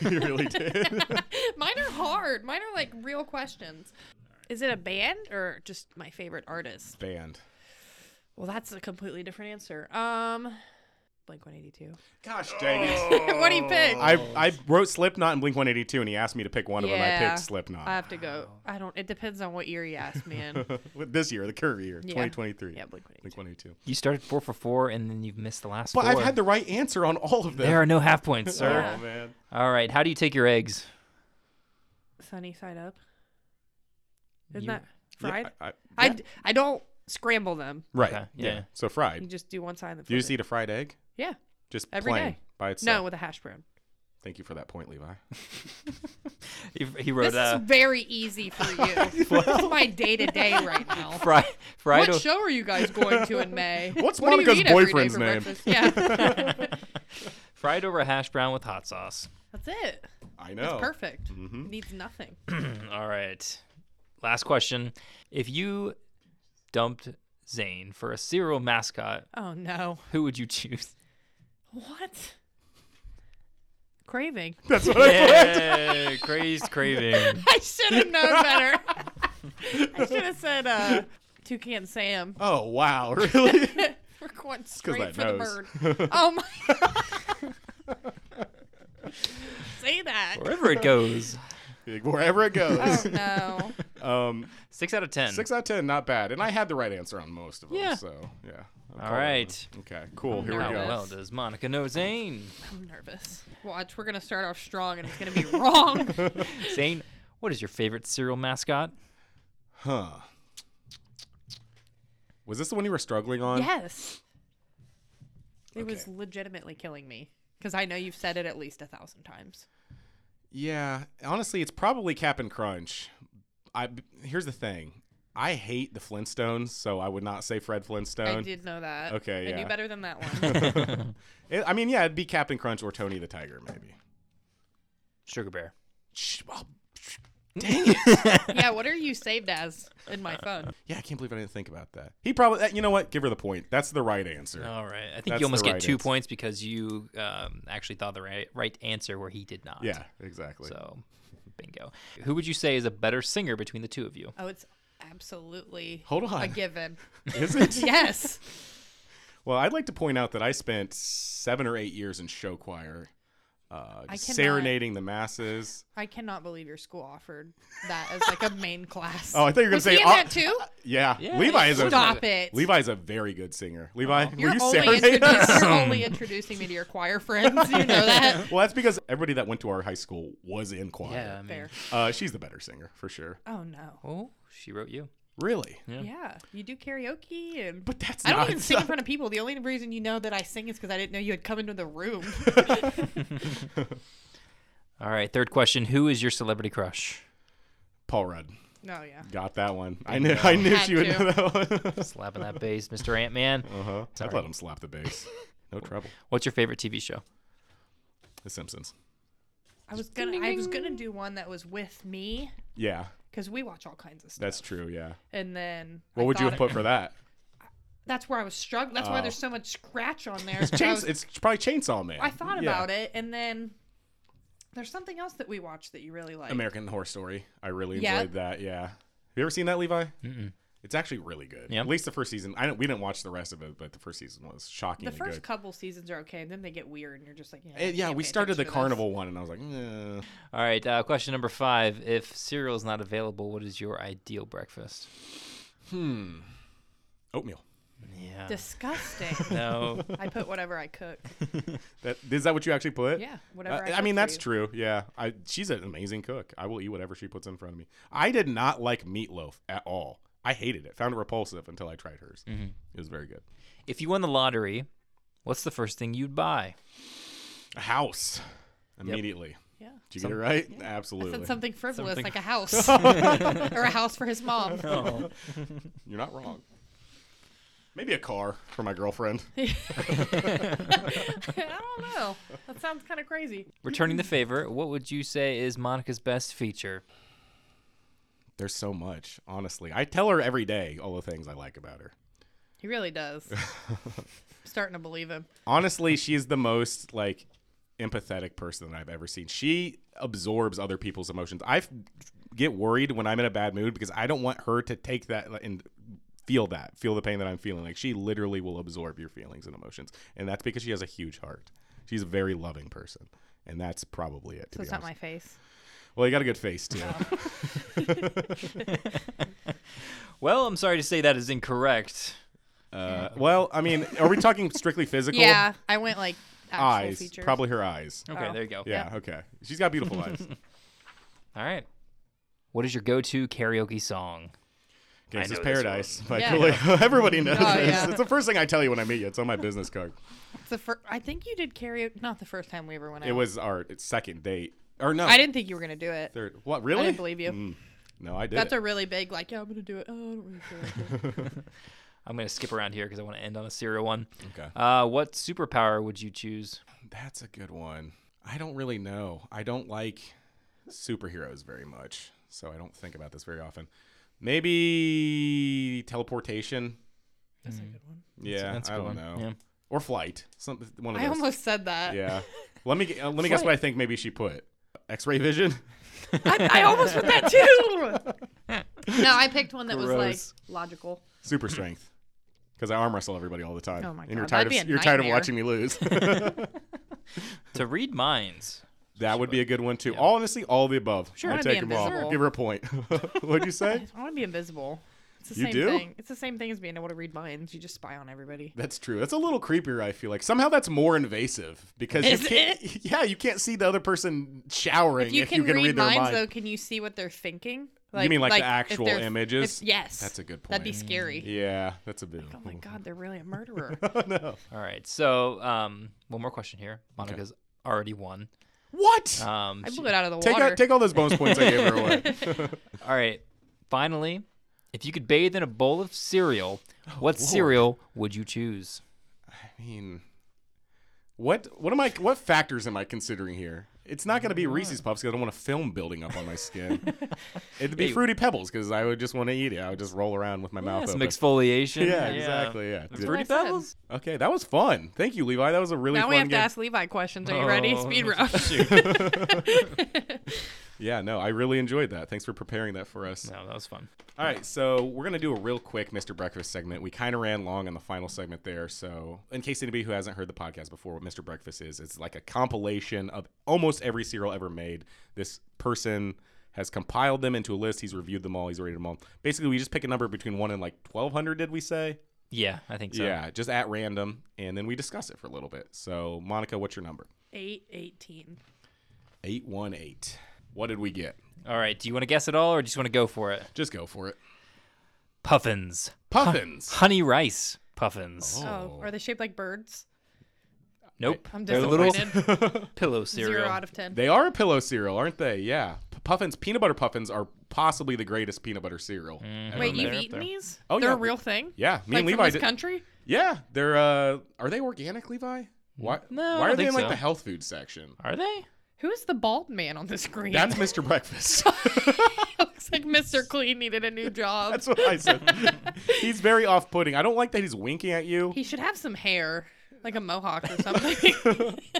you really did. Mine are hard. Mine are like real questions. Is it a band or just my favorite artist? Band. Well, that's a completely different answer. Um, Blink 182. Gosh dang Oh. it. what do you pick? I, I wrote Slipknot and Blink 182, and he asked me to pick one of them. I Yeah. picked Slipknot. I have to go. I don't. It depends on what year you ask me in. With this year, the current year, Yeah. 2023. yeah, Blink 182. Blink 182. You started four for four, and then you've missed the last But four. i I've had the right answer on all of them. There are no half points, sir. Yeah. Oh, man. All right. How do you take your eggs? Sunny side up. Isn't You- that fried? Yeah, I, I- I, yeah. d- I don't scramble them. right. Okay, yeah. yeah. So You fried. just do one side and then Do you flip just it. eat a fried egg? Yeah. Just Every plain day. by itself. No, with a hash brown. Thank you for that point, Levi. He, he wrote this uh, is very easy for you. this is my day to day right now. fry, fried. what o- show are you guys going to in May? What's What do you Monica's eat every day boyfriend's for name? breakfast? Yeah. Fried over hash brown with hot sauce. That's it. I know. It's perfect. Mm-hmm. Needs nothing. All right. Last question. If you dumped Zane for a cereal mascot, Oh no. who would you choose? What? Craving. That's what I Yeah, crazed craving. I should have known better. I should have said uh Toucan Sam. Oh, wow. Really? We're going Because straight for that the nose. bird. Oh my Say that. Wherever it goes. Wherever it Oh goes. no. Oh. Um, Six out of ten. Six out of ten, not bad. And I had the right answer on most of them. Yeah. So yeah. I'm All calling right. it. Okay. Oh, Cool. Here How we go. nervous. well does Monica know Zane? I'm nervous. Watch, we're gonna start off strong and it's gonna be wrong. Zane, what is your favorite cereal mascot? Huh. Was this the one you were struggling on? yes. It was Okay. legitimately killing me. Because I know you've said it at least a thousand times. Yeah. Honestly, it's probably Cap'n Crunch. I here's the thing. I hate the Flintstones, so I would not say Fred Flintstone. I did know that. Okay, I yeah. knew better than that one. It- I mean, yeah, it'd be Cap'n Crunch or Tony the Tiger, maybe. Sugar Bear. Shh, well, yeah, what are you saved as in my phone? yeah, I can't believe I didn't think about that. He probably. eh, You know what? Give her the point. That's the right answer. All right. I think That's the you almost right get two answer. points because you um, actually thought the right, right answer where he did not. Yeah. Exactly. So, bingo. Who would you say is a better singer between the two of you? Oh, it's absolutely Hold on. a given. Is it? yes. Well, I'd like to point out that I spent seven or eight years in show choir. uh, I cannot- serenading the masses. I cannot believe your school offered that as like a main class. Oh, I thought you were gonna Was say, he in uh, that too. Yeah, Yeah, Levi yeah, is a Stop it. Levi's a very good singer. Levi, were You're you only, serenading? introducing, you're only introducing me to your choir friends. You know that. well, that's because everybody that went to our high school was in Yeah, I choir. mean, Fair. Uh, she's the better singer for sure. Oh no. oh, she wrote you. Really? Yeah. Yeah, you do karaoke and. But that's I don't not. even sing in front of people. The only reason you know that I sing is because I didn't know you had come into the room. All right, third question: Who is your celebrity crush? Paul Rudd no, yeah. got that one. I knew. I knew Had she would to. know that one. Slapping that bass, Mr. Ant Man. uh huh. I'd Sorry. let him slap the bass. No trouble. What's your favorite TV show? The Simpsons. I was gonna. I was gonna do one that was with me Yeah, because we watch all kinds of stuff. that's true. Yeah. and then What I would you thought have put it- for that? That's where I was struggling. That's why Oh. there's so much scratch on there. I Chains- was- it's probably Chainsaw Man. I thought Yeah. about it, and then there's something else that we watched that you really like. American Horror Story. I really Yeah. enjoyed that. Yeah. Have you ever seen that, Levi? Mm-mm. It's actually really good. Yeah. At least the first season. I don't, we didn't watch the rest of it, but the first season was shockingly the first good. couple seasons are okay, and then they get weird, and you're just like, Eh, yeah, can't we pay started the attention to this. carnival one, and I was like, eh. All right, uh, question number five: If cereal is not available, what is your ideal breakfast? oatmeal. Yeah. Disgusting. no. I put whatever I cook. That is that what you actually put? Yeah, Uh, whatever. I, I, cook mean, for that's you. true. Yeah, I, she's an amazing cook. I will eat whatever she puts in front of me. I did not like meatloaf at all. I hated it. Found it repulsive until I tried hers. It was very good. If you won the lottery, what's the first thing you'd buy? A house immediately. Yeah. Did you get it right? Absolutely. I said something frivolous, Something- like a house or a house for his mom. You're not wrong. Maybe a car for my girlfriend. I don't know. That sounds kind of crazy. Returning the favor, what would you say is Monica's best feature? There's so much, honestly. I tell her every day all the things I like about her. He really does. starting to believe him. Honestly, she is the most like empathetic person that I've ever seen. She absorbs other people's emotions. I f- get worried when I'm in a bad mood because I don't want her to take that and feel that, feel the pain that I'm feeling. Like she literally will absorb your feelings and emotions, and that's because she has a huge heart. She's a very loving person, and that's probably it. To So be it's not honest. my face. Well, you got a good face too. Well, I'm sorry to say that is incorrect. Uh, well, I mean, are we talking strictly physical? Yeah, I went like actual Eyes. features. Probably her eyes. Okay, Oh. there you go. Yeah, okay. She's got beautiful eyes. All right. What is your go-to karaoke song? Gangsta's know this Paradise by Yeah. Coolio. Everybody knows Oh, this. yeah. It's the first thing I tell you when I meet you. It's on my business card. It's the fir- I think you did karaoke. Not the first time we ever went out. It was our second date. Or no. I didn't think you were gonna do it. Third. What, really? I didn't believe you. Mm. No, I did. That's it. a really big like. Yeah, I'm gonna do it. Oh, I don't really feel like it. I'm gonna skip around here because I want to end on a serial one. Okay. Uh, what superpower would you choose? That's a good one. I don't really know. I don't like superheroes very much, so I don't think about this very often. Maybe teleportation. That's a good one. Yeah, Mm. that's a I good one. don't know. Yeah. Or flight. Some one of I those. almost said that. Yeah. Let me gu- uh, let me guess what I think. Maybe she put X-ray vision. I, I almost put that too. no, I picked one that was Gross. like logical. super strength because I arm wrestle everybody all the time. Oh my And you're God, tired that'd of be a you're tired of nightmare. watching me lose. To read minds. that would be a good one too. All honestly, all the above. Sure, I Wanna be take them all. invisible. Give her a point. What'd you say? I want to be invisible. It's the You same do? thing. It's the same thing as being able to read minds. You just spy on everybody. That's true. That's a little creepier. I feel like somehow that's more invasive because Is you can't. Yeah, you can't see the other person showering If you can can read, their minds, mind. though, can you see what they're thinking? mean like the if actual they're- images? if- yes. That's a good That'd be point. scary. Yeah, that's a bit. Oh my god, they're really a murderer. no. All right. So, um, one more question here. Monica's already won. What? Um, I she- blew it out of the take "Uh, water. out, take all those bonus points I gave her away. All right. Finally, if you could bathe in a bowl of cereal, what cereal would you choose? I mean, what what am I? What factors am I considering here? It's not going to be Reese's Puffs because I don't want a film building up on my skin. It'd be Hey. Fruity Pebbles because I would just want to eat it. I would just roll around with my mouth Some open. exfoliation. yeah, exactly. Yeah. The Dude. Fruity That's what I Pebbles. Okay, that was fun. Thank you, Levi. That was a really now fun we have game. to ask Levi questions. Are you ready? Oh, Speed round. shoot. Yeah, no, I really enjoyed that. Thanks for preparing that for us. No, that was fun. All right, so we're gonna do a real quick Mr. Breakfast segment. We kind of ran long on the final segment there, so in case anybody who hasn't heard the podcast before, what Mr. Breakfast is, it's like a compilation of almost every cereal ever made. This person has compiled them into a list. He's reviewed them all. He's rated them all. Basically, we just pick a number between one and like twelve hundred. Did we say? Yeah, I think so. Yeah, just at random, and then we discuss it for a little bit. So, Monica, what's your number? Eight eighteen. Eight one eight. What did we get? All right. Do you want to guess at all, or just want to go for it? Just go for it. Puffins. Puffins. Honey rice puffins. Oh. Oh. are they shaped like birds? Nope. I'm They're little disappointed. pillow Zero cereal. out of ten. They are a pillow cereal, aren't they? Yeah. P- Puffins, peanut butter puffins are possibly the greatest peanut butter cereal. ever Wait, made. you've They're up eaten there. these? Oh, They're yeah. a real thing. Yeah, me and like from Levi this did. country. yeah, they're uh are they organic, Levi? Why Mm. No, why I are they think in like so. the health food section? Are they? Who is the bald man on the screen? That's Mr. Breakfast. looks like Mr. Clean needed a new job. That's what I said. he's very off putting. I don't like that he's winking at you. he should have some hair, like a mohawk or something.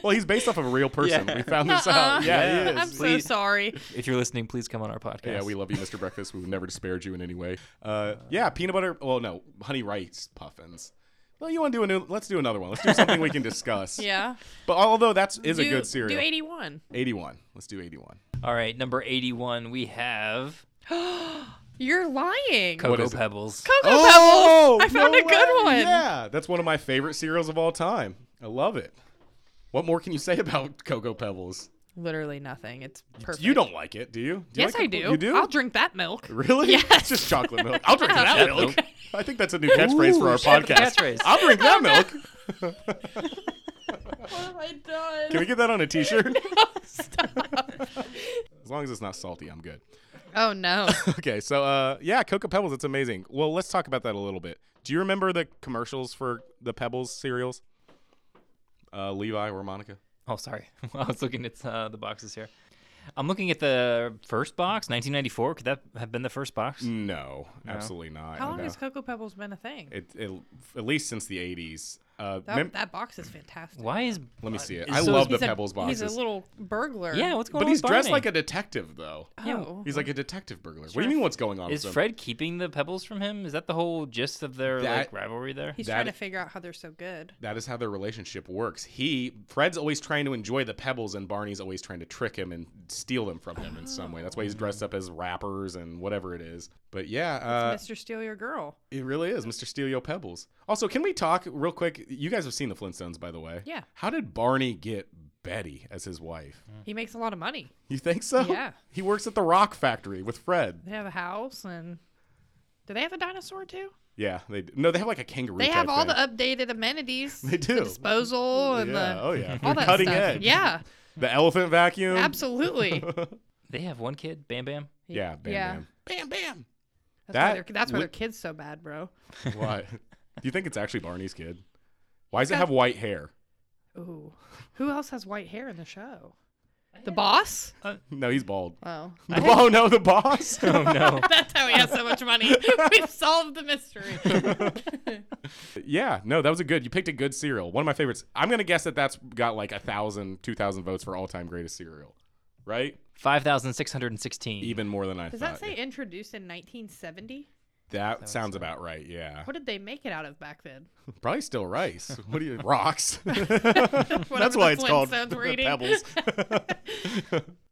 well, he's based off of a real person. Yeah. We found this Uh-uh. out. Yeah, he is. I'm so Please. sorry. If you're listening, please come on our podcast. Yeah, we love you, Mr. Breakfast. We would never disparage you in any way. Uh, yeah, peanut butter. Well, no, honey rice puffins. Well, you want to do a new? Let's do another one. Let's do something we can discuss. Yeah. But although that's is a Do- good cereal. Do 81. 81. Let's do 81. All right, number 81, we have You're lying. What Cocoa is it? Pebbles. Cocoa Pebbles. I found Oh, no a good way. one. Yeah, that's one of my favorite cereals of all time. I love it. What more can you say about Cocoa Pebbles? Literally nothing. It's perfect. You don't like it, do you? Do you like yes, I Cocoa- do. You do? I'll drink that milk. Really? It's Yes. just chocolate milk. I'll drink that That milk. milk. I think that's a new catchphrase for our should have a podcast. catchphrase. I'll drink that milk. What have I done? Can we get that on a t-shirt? as long as it's not salty, I'm good. Oh no. Okay, so uh, yeah, Cocoa Pebbles, it's amazing. Well, let's talk about that a little bit. Do you remember the commercials for the Pebbles cereals? Uh, Levi or Monica? Oh, sorry. I was looking at uh, the boxes here. I'm looking at the first box, 1994. Could that have been the first box? Mm. No, absolutely not. How long No. has Cocoa Pebbles been a thing? it, it, at least since the 80s. Uh, that, mem- that box is fantastic. Why is let me see it. Is- I so love the He's a- Pebbles boxes. He's a little burglar. yeah? What's going on? but he's with dressed Barney? like a detective, though. Oh. He's like a detective burglar. What do you mean? What's going on? Is with him? Fred keeping the pebbles from him? Is that the whole gist of their like That- rivalry there? He's That- trying to figure out how they're so good. That is how their relationship works. He Fred's always trying to enjoy the pebbles and Barney's always trying to trick him and steal them from him in some way. That's why he's Oh. dressed up as rappers and whatever it is. But yeah, uh, Mr. Steal Your Girl. it really is Mr. Steal Your Pebbles. Also, can we talk real quick? You guys have seen the Flintstones by the way. Yeah. How did Barney get Betty as his wife? He makes a lot of money. You think so? Yeah. He works at the rock factory with Fred. They have a house and do they have a dinosaur too? Yeah, they No, they have like a kangaroo They have type all the thing. updated amenities. They do. The disposal and yeah, the oh yeah. all that cutting stuff. edge. Yeah, The elephant vacuum. absolutely. They have one kid, Bam Bam. Yeah, bam Yeah. bam. Bam bam. That's That why, their, that's why would- their kid's so bad, bro. Why? Do you think it's actually Barney's kid? Why does it have white hair? Ooh, who else has white hair in the show? The boss? No, he's bald. Oh, Oh no, the boss. Oh no! that's how he has so much money. We've solved the mystery. yeah, no, that was a good. You picked a good cereal. One of my favorites. I'm gonna guess that that's got like a thousand, two thousand votes for all-time greatest cereal, right? Five thousand six hundred and sixteen. Even more than I Does thought. that say introduced in 1970? That sounds about right. Yeah, What did they make it out of back then? probably still rice. What do you rocks? that's Whatever why the it's called Flintstones were eating. Pebbles.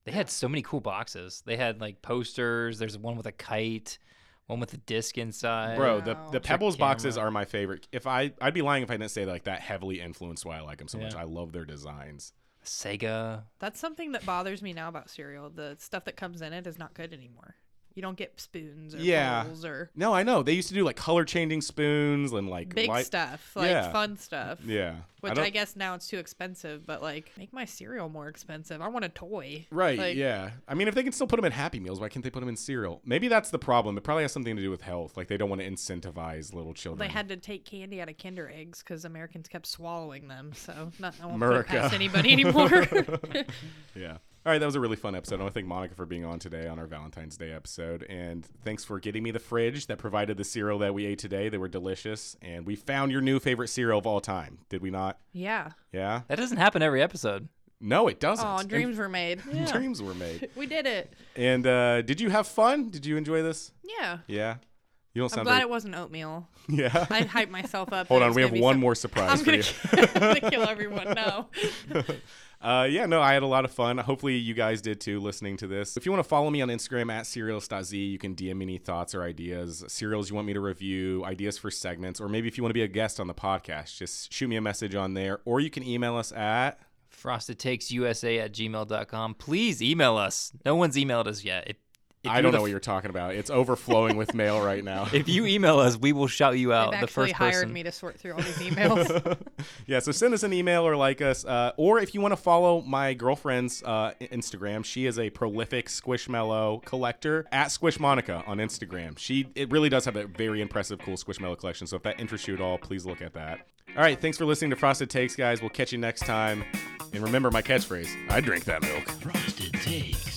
They had so many cool boxes. They had like posters. There's one with a kite, one with a disc inside. Bro, the, Wow. the Trick Pebbles boxes camera. are my favorite. If I I'd be lying if I didn't say like that heavily influenced why I like them so much. Yeah. I love their designs. Sega. That's something that bothers me now about cereal. The stuff that comes in it is not good anymore. You don't get spoons or Yeah. bowls or No, I know. They used to do like color changing spoons and like big light- stuff, like Yeah. fun stuff. Yeah. Which I, don't- guess now it's too expensive, but like make my cereal more expensive. I want a toy. Right, Like, yeah. I mean, if they can still put them in Happy Meals, why can't they put them in cereal? Maybe that's the problem. It probably has something to do with health. Like they don't want to incentivize little They children. had to take candy out of Kinder eggs because Americans kept swallowing them. So not I won't put it America. past anybody anymore. yeah. All right, that was a really fun episode. I want to thank Monica for being on today on our Valentine's Day episode, and thanks for getting me the fridge that provided the cereal that we ate today. They were delicious, and we found your new favorite cereal of all time. Did we not? yeah, Yeah. That doesn't happen every episode. No, it doesn't. Oh, And dreams were made. dreams were made. We did it. And uh, did you have fun? Did you enjoy this? Yeah. Yeah. You don't I'm sound glad very. it wasn't oatmeal. yeah. I hyped myself up. Hold that on, it's we gonna have be one so- more surprise I'm for gonna, you. kill, I'm gonna kill everyone. No. Uh, yeah, no, I had a lot of fun. Hopefully, you guys did too listening to this. If you want to follow me on Instagram at serials.z, you can DM me any thoughts or ideas, serials you want me to review, ideas for segments, or maybe if you want to be a guest on the podcast, just shoot me a message on there, or you can email us at. Frosted Takes USA at gmail.com. Please email us. No one's emailed us yet. If, if I you're don't the know what you're talking about. It's overflowing with mail right now. f- If you email us, we will shout you out. They've Oh, the actually first hired person. me to sort through all these emails. yeah, so send us an email or like us, uh, or if you want to follow my girlfriend's uh, I- Instagram, she is a prolific squishmallow collector at Squishmonica on Instagram. She it really does have a very impressive, cool squishmallow collection. So if that interests you at all, please look at that. All right, thanks for listening to Frosted Takes, guys. We'll catch you next time. And remember my catchphrase: I drink that milk. Frosted Takes.